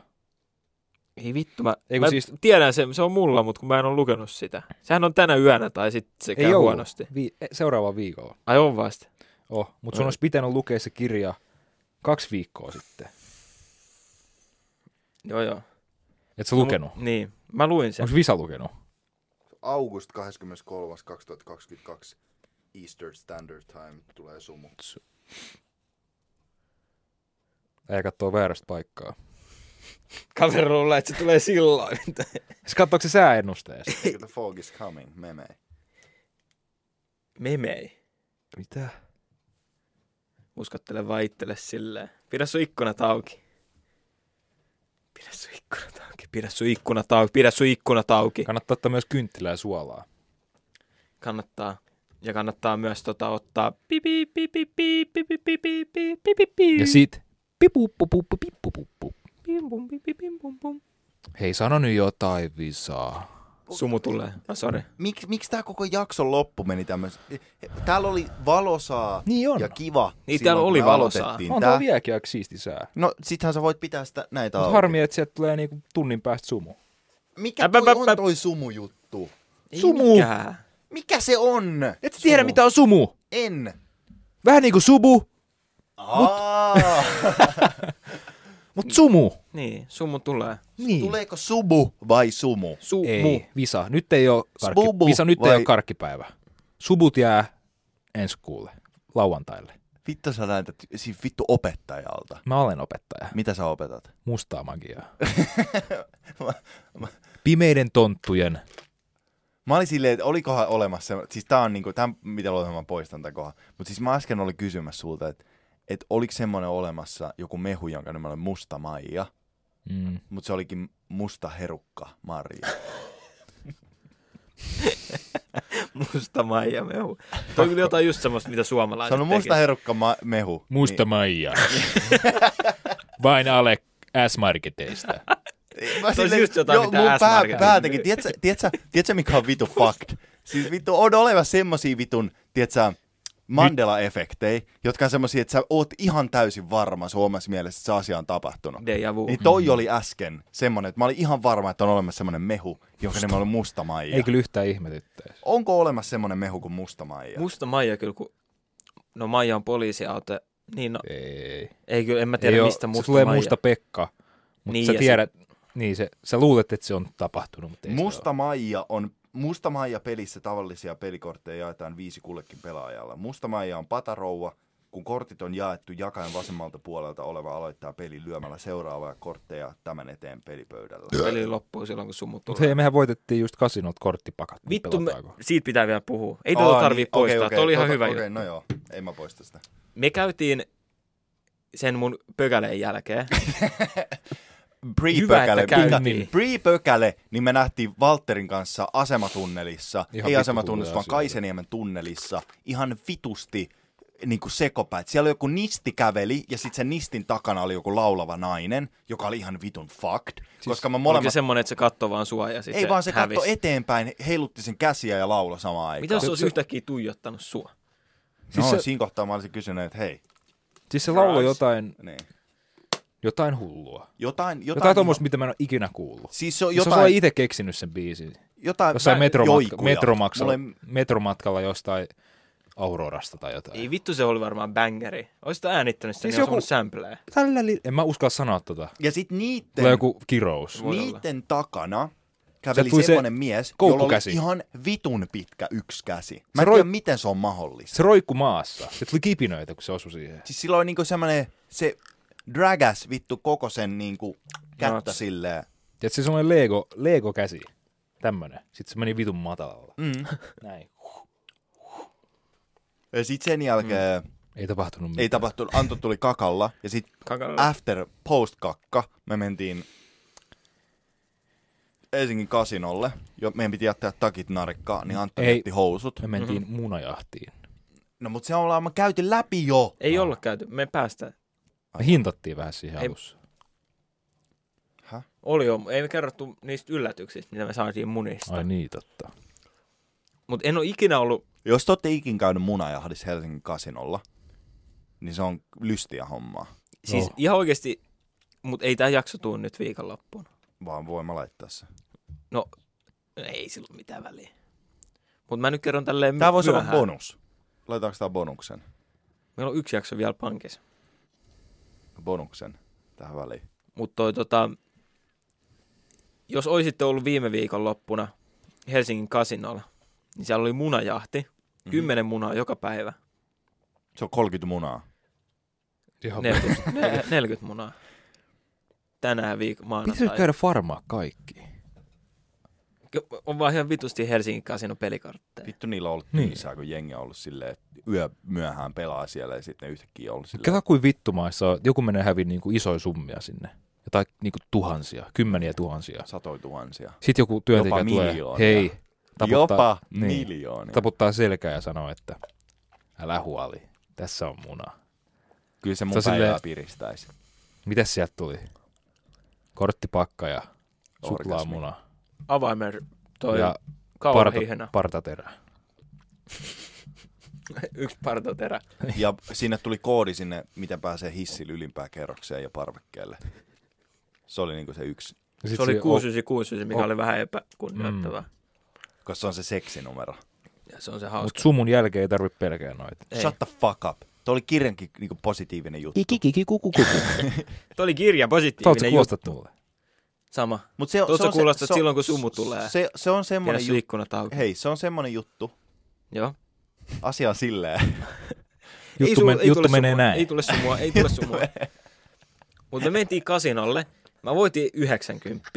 A: Ei vittu, mä,
C: Ei kun
A: mä
C: siis-
A: siis... tiedän sen, se on mulla, mutta kun mä en ole lukenut sitä. Sehän on tänä yönä tai sitten se käy
C: ollut.
A: huonosti.
C: Vi- e- seuraava viikolla.
A: Ai on vasta.
C: Oh, mutta sun
A: Ei.
C: olisi pitänyt lukea se kirja kaksi viikkoa sitten.
A: Joo joo.
C: Et sä lukenut?
A: Mu- niin, mä luin sen.
C: Onko Visa lukenut?
B: August 23. 2022. Eastern Standard Time tulee sumu.
C: Ei kattoo väärästä paikkaa.
A: Kaveri luulee, että se tulee silloin.
C: Siis katsoiko se sääennusteesta?
B: Eikö the fog is coming? Meme.
A: Memei.
C: Mitä?
A: Uskottele vaan itselle silleen. Pidä sun ikkunat auki. Pidä sun ikkunat auki. Pidä sun ikkunat auki. Pidä sun ikkunat auki.
C: Kannattaa ottaa myös kynttilää ja suolaa.
A: Kannattaa. Ja kannattaa myös tota ottaa pipi pipi pipi pipi pipi pipi pipi
C: Ja sit... Pipuppupuppu, pippupuppu.
A: Pim, pum, pim, pim, pim, pum, pum.
C: Hei, sano nyt jotain, Visaa.
A: Sumu tulee. No sori.
B: Mik, miksi tää koko jakson loppu meni tämmöis... e, Täällä oli valosaa
C: Niin on.
B: ja kiva.
A: Niin,
B: silloin,
A: täällä
B: kun
A: oli
B: me
A: valosaa.
B: aloitettiin
C: On
B: tää.
C: tää vieläkin aika siisti sää.
B: No sittenhän sä voit pitää sitä näitä
C: Mut
B: auki.
C: harmi, että sieltä tulee niinku tunnin päästä sumu.
B: Mikä
A: Äpä,
B: toi
A: äpä,
B: on
A: äpä.
B: toi sumujuttu?
C: Sumu!
A: Mikään.
B: Mikä se on?
C: Et sä tiedä, mitä on sumu!
B: En.
C: Vähän niinku subu,
B: Aa,
C: mut Mm. sumu.
A: Niin, sumu tulee.
C: Niin.
B: tuleeko subu vai sumu?
A: Sumu.
C: Ei, Visa, nyt ei ole, karkki...
B: Sbubu
C: Visa, nyt ei
B: vai-
C: ole karkkipäivä. Subut jää ensi kuulle, lauantaille.
B: Vittu sä näytät siis vittu opettajalta.
C: Mä olen opettaja,
B: Mitä sä opetat?
C: mustaa magiaa.
B: Mä-
C: Pimeiden tonttujen.
B: Mä olin silleen, että olikohan olemassa, se- siis tää on niinku, tämän, mitä luulen, mä poistan tän kohan. Mut siis mä äsken olin kysymässä sulta, että et oliko semmonen olemassa joku mehu, jonka nimellä on musta maija,
C: Mm.
B: mut se olikin musta herukka marja.
A: Musta maija mehu. Toi on kyllä jotain just semmoista, mitä suomalaiset
B: Sano musta
A: tekee.
B: herukka ma- mehu.
C: Niin.
D: Musta Maija. Vain alle S-marketeista.
B: Niin, mä
A: Se olisi just jotain, mitä
B: mun pää,
A: S-marketin-
B: pää teki. Tiedätkö, tiedätkö, tiedätkö, mikä on vitu fact? Siis vittu on oleva semmosia vitun, tiedätkö, Mandela-efektejä, jotka on semmosia, että sä oot ihan täysin varma suomessa mielessä, että se asia on tapahtunut.
A: Deja vu.
B: Niin toi oli äsken semmonen, että mä olin ihan varma, että on olemassa semmonen mehu, joka nimellä on musta maija.
C: Ei kyllä yhtään ihmetyttäisi.
B: Onko olemassa semmonen mehu kuin musta maija?
A: Musta Maija kyllä, kun... No Maija on poliisiauto. Niin no,
C: Ei.
A: ei kyllä, en mä
C: Ei
A: tiedä
C: oo-
A: mistä
C: se
A: musta
C: tulee
A: Maija.
C: musta Pekka, mutta
A: Niin,
C: niin, sä
A: ja
C: tiedät, se... niin se, sä luulet, että se on tapahtunut, mutta ei se
B: Musta Maija on Musta Maija pelissä tavallisia pelikortteja jaetaan viisi kullekin pelaajalla. Musta Maija on patarouva. Kun kortit on jaettu, jakajan vasemmalta puolelta oleva aloittaa peli lyömällä seuraavaa kortteja tämän eteen pelipöydällä.
A: Peli loppuu silloin, kun sumut
C: Mutta
A: tulee.
C: hei, mehän voitettiin just kasinot korttipakat. niin
A: Vittu, me,
C: pelataanko?
A: siitä pitää vielä puhua. Ei tuota
B: Aa,
A: tarvii
B: niin,
A: niin, poistaa, okay,
B: okei,
A: okay.
B: okei,
A: toi oli ihan
B: tota-
A: hyvä
B: Okei,
A: juttu.
B: no joo, ei mä poista sitä.
A: Me käytiin sen mun pökäleen jälkeen. Hyvä, että
B: Pre-pökäle,
A: käytiin.
B: pika- pre-pökäle, niin me nähtiin Walterin kanssa asematunnelissa,
C: Ihan
B: ei
C: vittu
B: asematunnelissa,
C: hulluja
B: vaan
C: asioita.
B: Kaiseniemen tunnelissa, ihan vitusti niin kuin sekopäät. Siellä joku nisti käveli ja sitten sen nistin takana oli joku laulava nainen, joka oli ihan vitun fucked,
C: Siis
B: koska mä
A: Molemmat... Oliko
B: molemmat...
A: se semmoinen, että se kattoo vaan sua ja sit
B: ei vaan se
A: hävisi?
B: katto eteenpäin, heilutti sen käsiä ja lauloi samaan aikaan.
A: Mitä jos se olisi
C: Se-
A: yhtäkkiä tuijottanut sua?
B: No,
C: Siis se-
B: siinä kohtaa mä olisin kysynyt, että hei,
C: Siis se lauloi
A: Christ.
C: jotain,
B: niin.
C: jotain hullua.
B: jotain,
C: Jotain
B: jotain,
C: tuommoista, mitä mä en ole ikinä kuullut.
B: Siis se on
C: Jotain... Se on
B: jotain,
C: itse keksinyt sen biisin.
B: jotain
C: Jossain
B: vä-
C: metromatka-
B: joikuja.
C: metromatkalla,
B: Mulla ei-
C: metromatkalla jostain Aurorasta tai jotain.
A: Ei vittu, se oli varmaan bangeri. Oisit äänittänyt sen,
C: Siis
A: niin joku...
C: joku-
A: olisi sampleä.
C: Tällä li- en mä uskalla sanoa tota.
B: Ja sitten niitten...
C: Tulee joku kirous.
A: Voi olla.
B: Niiden takana käveli
C: tuli se
B: semmoinen mies, jolla oli
C: koukkukäsi.
B: ihan vitun pitkä yksi käsi. Mä en
C: Se roi-
B: tiedä, miten se on mahdollista.
C: Se roikku maassa. Se tuli kipinöitä, kun se osui siihen.
B: Siis sillä oli niinku semmoinen, se dragas vittu koko sen niinku kättä
A: Nuts.
B: silleen.
C: Ja se semmoinen Lego, Lego-käsi. Tämmönen. Sitten se meni vitun matalalla.
B: Mm.
C: Näin.
B: Ja sit sen jälkeen mm.
C: Ei tapahtunut mitään.
B: ei tapahtunut, Anto tuli kakalla ja sit
A: Kakalla.
B: after post kakka me mentiin Helsingin kasinolle. Jo, meidän piti jättää takit narikkaan, niin Antti
C: Ei.
B: jätti housut.
C: Me mentiin mm-hmm. munajahtiin.
B: No mut se ollaan, me käytiin läpi jo.
A: Ei olla käyty, me päästään.
C: Me hintattiin vähän siihen
A: Ei-
C: alussa.
B: Häh?
A: Oli jo, ei me kerrottu niistä yllätyksistä, mitä me saatiin munista.
C: Ai niin, totta.
A: Mutta en ole ikinä ollut,
B: Jos te olette ikin käynyt munajahdissa Helsingin kasinolla, niin se on lystiä hommaa.
A: siis
C: Joo.
A: ihan oikeasti, mutta ei tämä jakso tuu nyt viikonloppuun.
B: Vaan voin mä laittaa se.
A: No, ei sillä ole mitään väliä. Mutta mä nyt kerron tälleen
B: Tää voisi olla
A: myöhään.
B: bonus. Laitetaanko tää bonuksen?
A: Meillä on yksi jakso vielä pankissa.
B: Bonuksen tähän väliin.
A: Mutta toi tota, jos olisitte ollut viime viikon loppuna Helsingin kasinolla, niin siellä oli munajahti.
B: Mhm.
A: Kymmenen munaa joka päivä.
B: Se on 30 munaa.
C: Ihan ne,
A: 40, ne- 40 munaa. Tänään viikon
C: pitäisi
A: maanantai.
C: käydä farmaa kaikki.
A: On vaan ihan vitusti Helsingin kasino pelikortteja.
B: Vittu niillä on ollut
C: Niin.
B: niin. kun jengi on ollut silleen, että yö myöhään pelaa siellä ja sitten ne yhtäkkiä on ollut silleen.
C: Kato kuin vittumaissa on. Joku menee häviin niin kuin isoja summia sinne. Jotain niin kuin tuhansia, kymmeniä tuhansia.
B: Satoi tuhansia.
C: Sitten joku työntekijä
B: Jopa
C: tulee,
B: miljoonia.
C: hei, taputtaa,
B: Jopa
C: niin,
B: miljoonia.
C: taputtaa selkää ja sanoo, että älä huoli, tässä on muna.
B: Kyllä se mun
C: Se on
B: päivää
C: silleen-
B: piristäisi.
C: Mitäs sieltä tuli? Korttipakka ja
B: Orgasmi.
C: suklaamuna
A: Avaimer toi
C: ja
A: ja
C: parta,
A: kaulahihnä.
C: partaterä.
A: Yksi partoterä.
C: Niin.
B: Ja sinne tuli koodi sinne, miten pääsee hissillä ylimpään kerrokseen ja parvekkeelle. Se oli niinku se yksi,
C: Ja sit
A: Se oli
C: siinä-
A: 699, mikä
C: o- Mm.
A: oli vähän epäkunnioittavaa.
B: koska se on se seksinumero.
A: Ja se on se
C: Mut
A: hauska.
C: sumun jälkeen ei tarvitse pelkää noita.
A: Ei.
B: Shut the fuck up. Tuo oli kirjankin niinku positiivinen juttu.
E: Iki kiki kuku kuku.
A: Toi oli kirja
C: Tuotsä
A: positiivinen juttu.
C: kuostat mulle?
A: Sama.
B: Mut se, on-
A: Tuossa
B: se on se-
A: kuulostaa, että
B: se on-
A: silloin, kun sumu tulee.
B: Se, se on
A: Tiedä
B: semmoinen
A: se
B: juttu.
A: ikkunat auki.
B: Hei, se on semmoinen juttu.
A: Joo.
B: Asia on silleen.
C: Juttu,
A: sul-
C: men, juttu
A: tule
C: menee
A: sumua,
C: näin.
A: Ei tule sumua, ei tule sumua. Mutta me mentiin kasinolle. Mä voitin 90.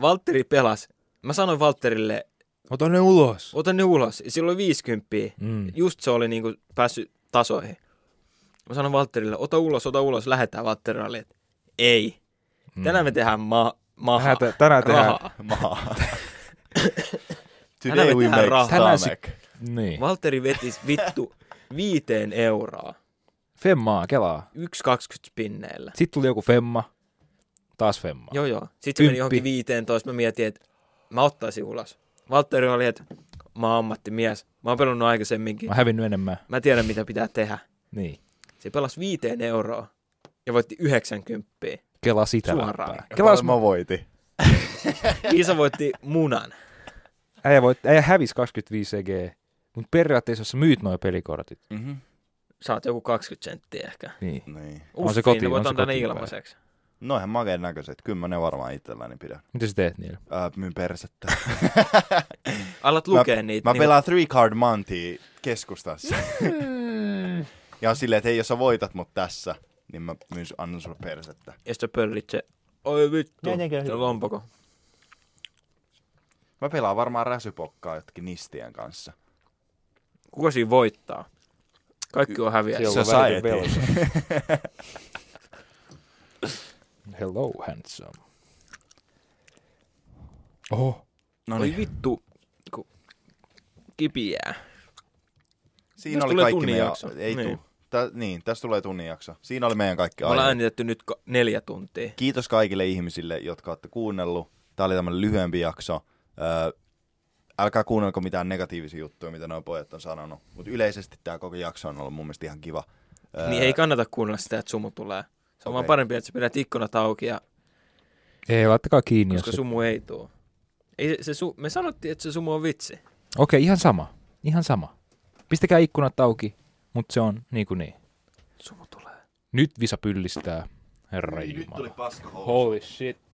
A: Valtteri pelas. Mä sanoin Valtterille,
C: Ota ne ulos.
A: ota ne ulos. Silloin oli 50.
C: Mm.
A: Just se oli niinku päässyt tasoihin. Mä sanoin Valtterille, ota ulos, ota ulos, lähetään Valtterille. oli, että Ei.
C: Mm.
A: Tänään me tehdään ma- maha.
C: Tänään te- tänään tehdään-
A: rahaa.
B: Maa.
A: Hän
B: Today
A: veti
B: we
A: tähän
B: make
A: rahaa.
C: Tänään
B: stomach.
C: Niin.
A: Valtteri veti vittu viiteen euroa.
C: Femmaa, kelaa.
A: 1,20 spinneillä.
C: Sitten tuli joku femma. Taas femma.
A: Joo, joo. Sitten se meni
C: Kymppi.
A: johonkin 15, mä mietin, että mä ottaisin ulos. Valtteri oli, että mä oon ammattimies. Mä oon pelannut aikaisemminkin.
C: Mä oon hävinnyt enemmän.
A: Mä tiedän, mitä pitää tehdä.
C: Niin.
A: Se pelasi viiteen euroa ja voitti 90.
C: Kela sitä
A: Suoraan.
C: läppää.
B: Ja
C: Kela, jos
B: mä voitin.
A: Iisa voitti munan.
C: äijä, voit, äijä hävis 25 EG. Mut periaatteessa, jos sä myyt noi pelikortit.
B: Mm-hmm.
A: Saat joku 20 senttiä ehkä.
C: Niin.
B: Niin.
A: Uffiin,
C: se koti-
A: ne voit
C: on se
A: antaa ne
C: kotiin
A: ilmaiseksi.
B: No ihan makeen näköiset. Kyllä mä ne varmaan itselläni pidän.
C: Mitä sä teet niillä?
B: Ää, myyn persettä.
A: Alat lukea niitä.
B: mä
A: niin-
B: pelaan Three Card Monty keskustassa. ja on silleen, että hei, jos sä voitat mut tässä, niin mä myyn, su- annan sulle persettä.
A: Ja sitten pöllit se. Oi vittu,
E: Mitenkään
A: se
E: hyvä.
A: lompako.
B: Mä pelaan varmaan räsypokkaa jotkin nistien kanssa.
A: Kuka siinä voittaa? Kaikki on häviä.
C: Se on ollut
B: Society.
C: välitön Hello, handsome. Oho.
B: No
A: Oi
B: niin,
A: vittu, ku- kipiää.
B: siinä
A: tästä
B: oli
A: tulee
B: kaikki
A: tunnin
B: meidän...
A: jakso.
B: Ei
A: Niin.
B: niin. Tä, niin, tästä tulee tunnin jakso. Siinä oli meidän kaikki
A: Me ollaan
B: aiheet.
A: äänitetty nyt ko- neljä tuntia.
B: Kiitos kaikille ihmisille, jotka olette kuunnellut. Tämä oli tämmöinen lyhyempi jakso. Öö, älkää kuunnelko mitään negatiivisia juttuja, mitä nuo pojat on sanonut. Mutta yleisesti tämä koko jakso on ollut mun mielestä ihan kiva. Öö,
A: Niin ei kannata kuunnella sitä, että sumu tulee. Se on vaan
B: Okei.
A: parempi, että sä pidät ikkunat auki, ja, Niin,
C: Ei, laittakaa kiinni. Jos...
A: koska
C: et-
A: sumu ei tuu. Ei, se, se, su- me sanottiin, että se sumu on vitsi.
C: Okei, ihan sama. Ihan sama. Pistäkää ikkunat auki, mutta se on niin kuin niin.
A: Sumu tulee.
C: Nyt visa pyllistää. Herra
B: Niin, Nyt
C: Jumala.
B: tuli paska housu.
D: Holy shit.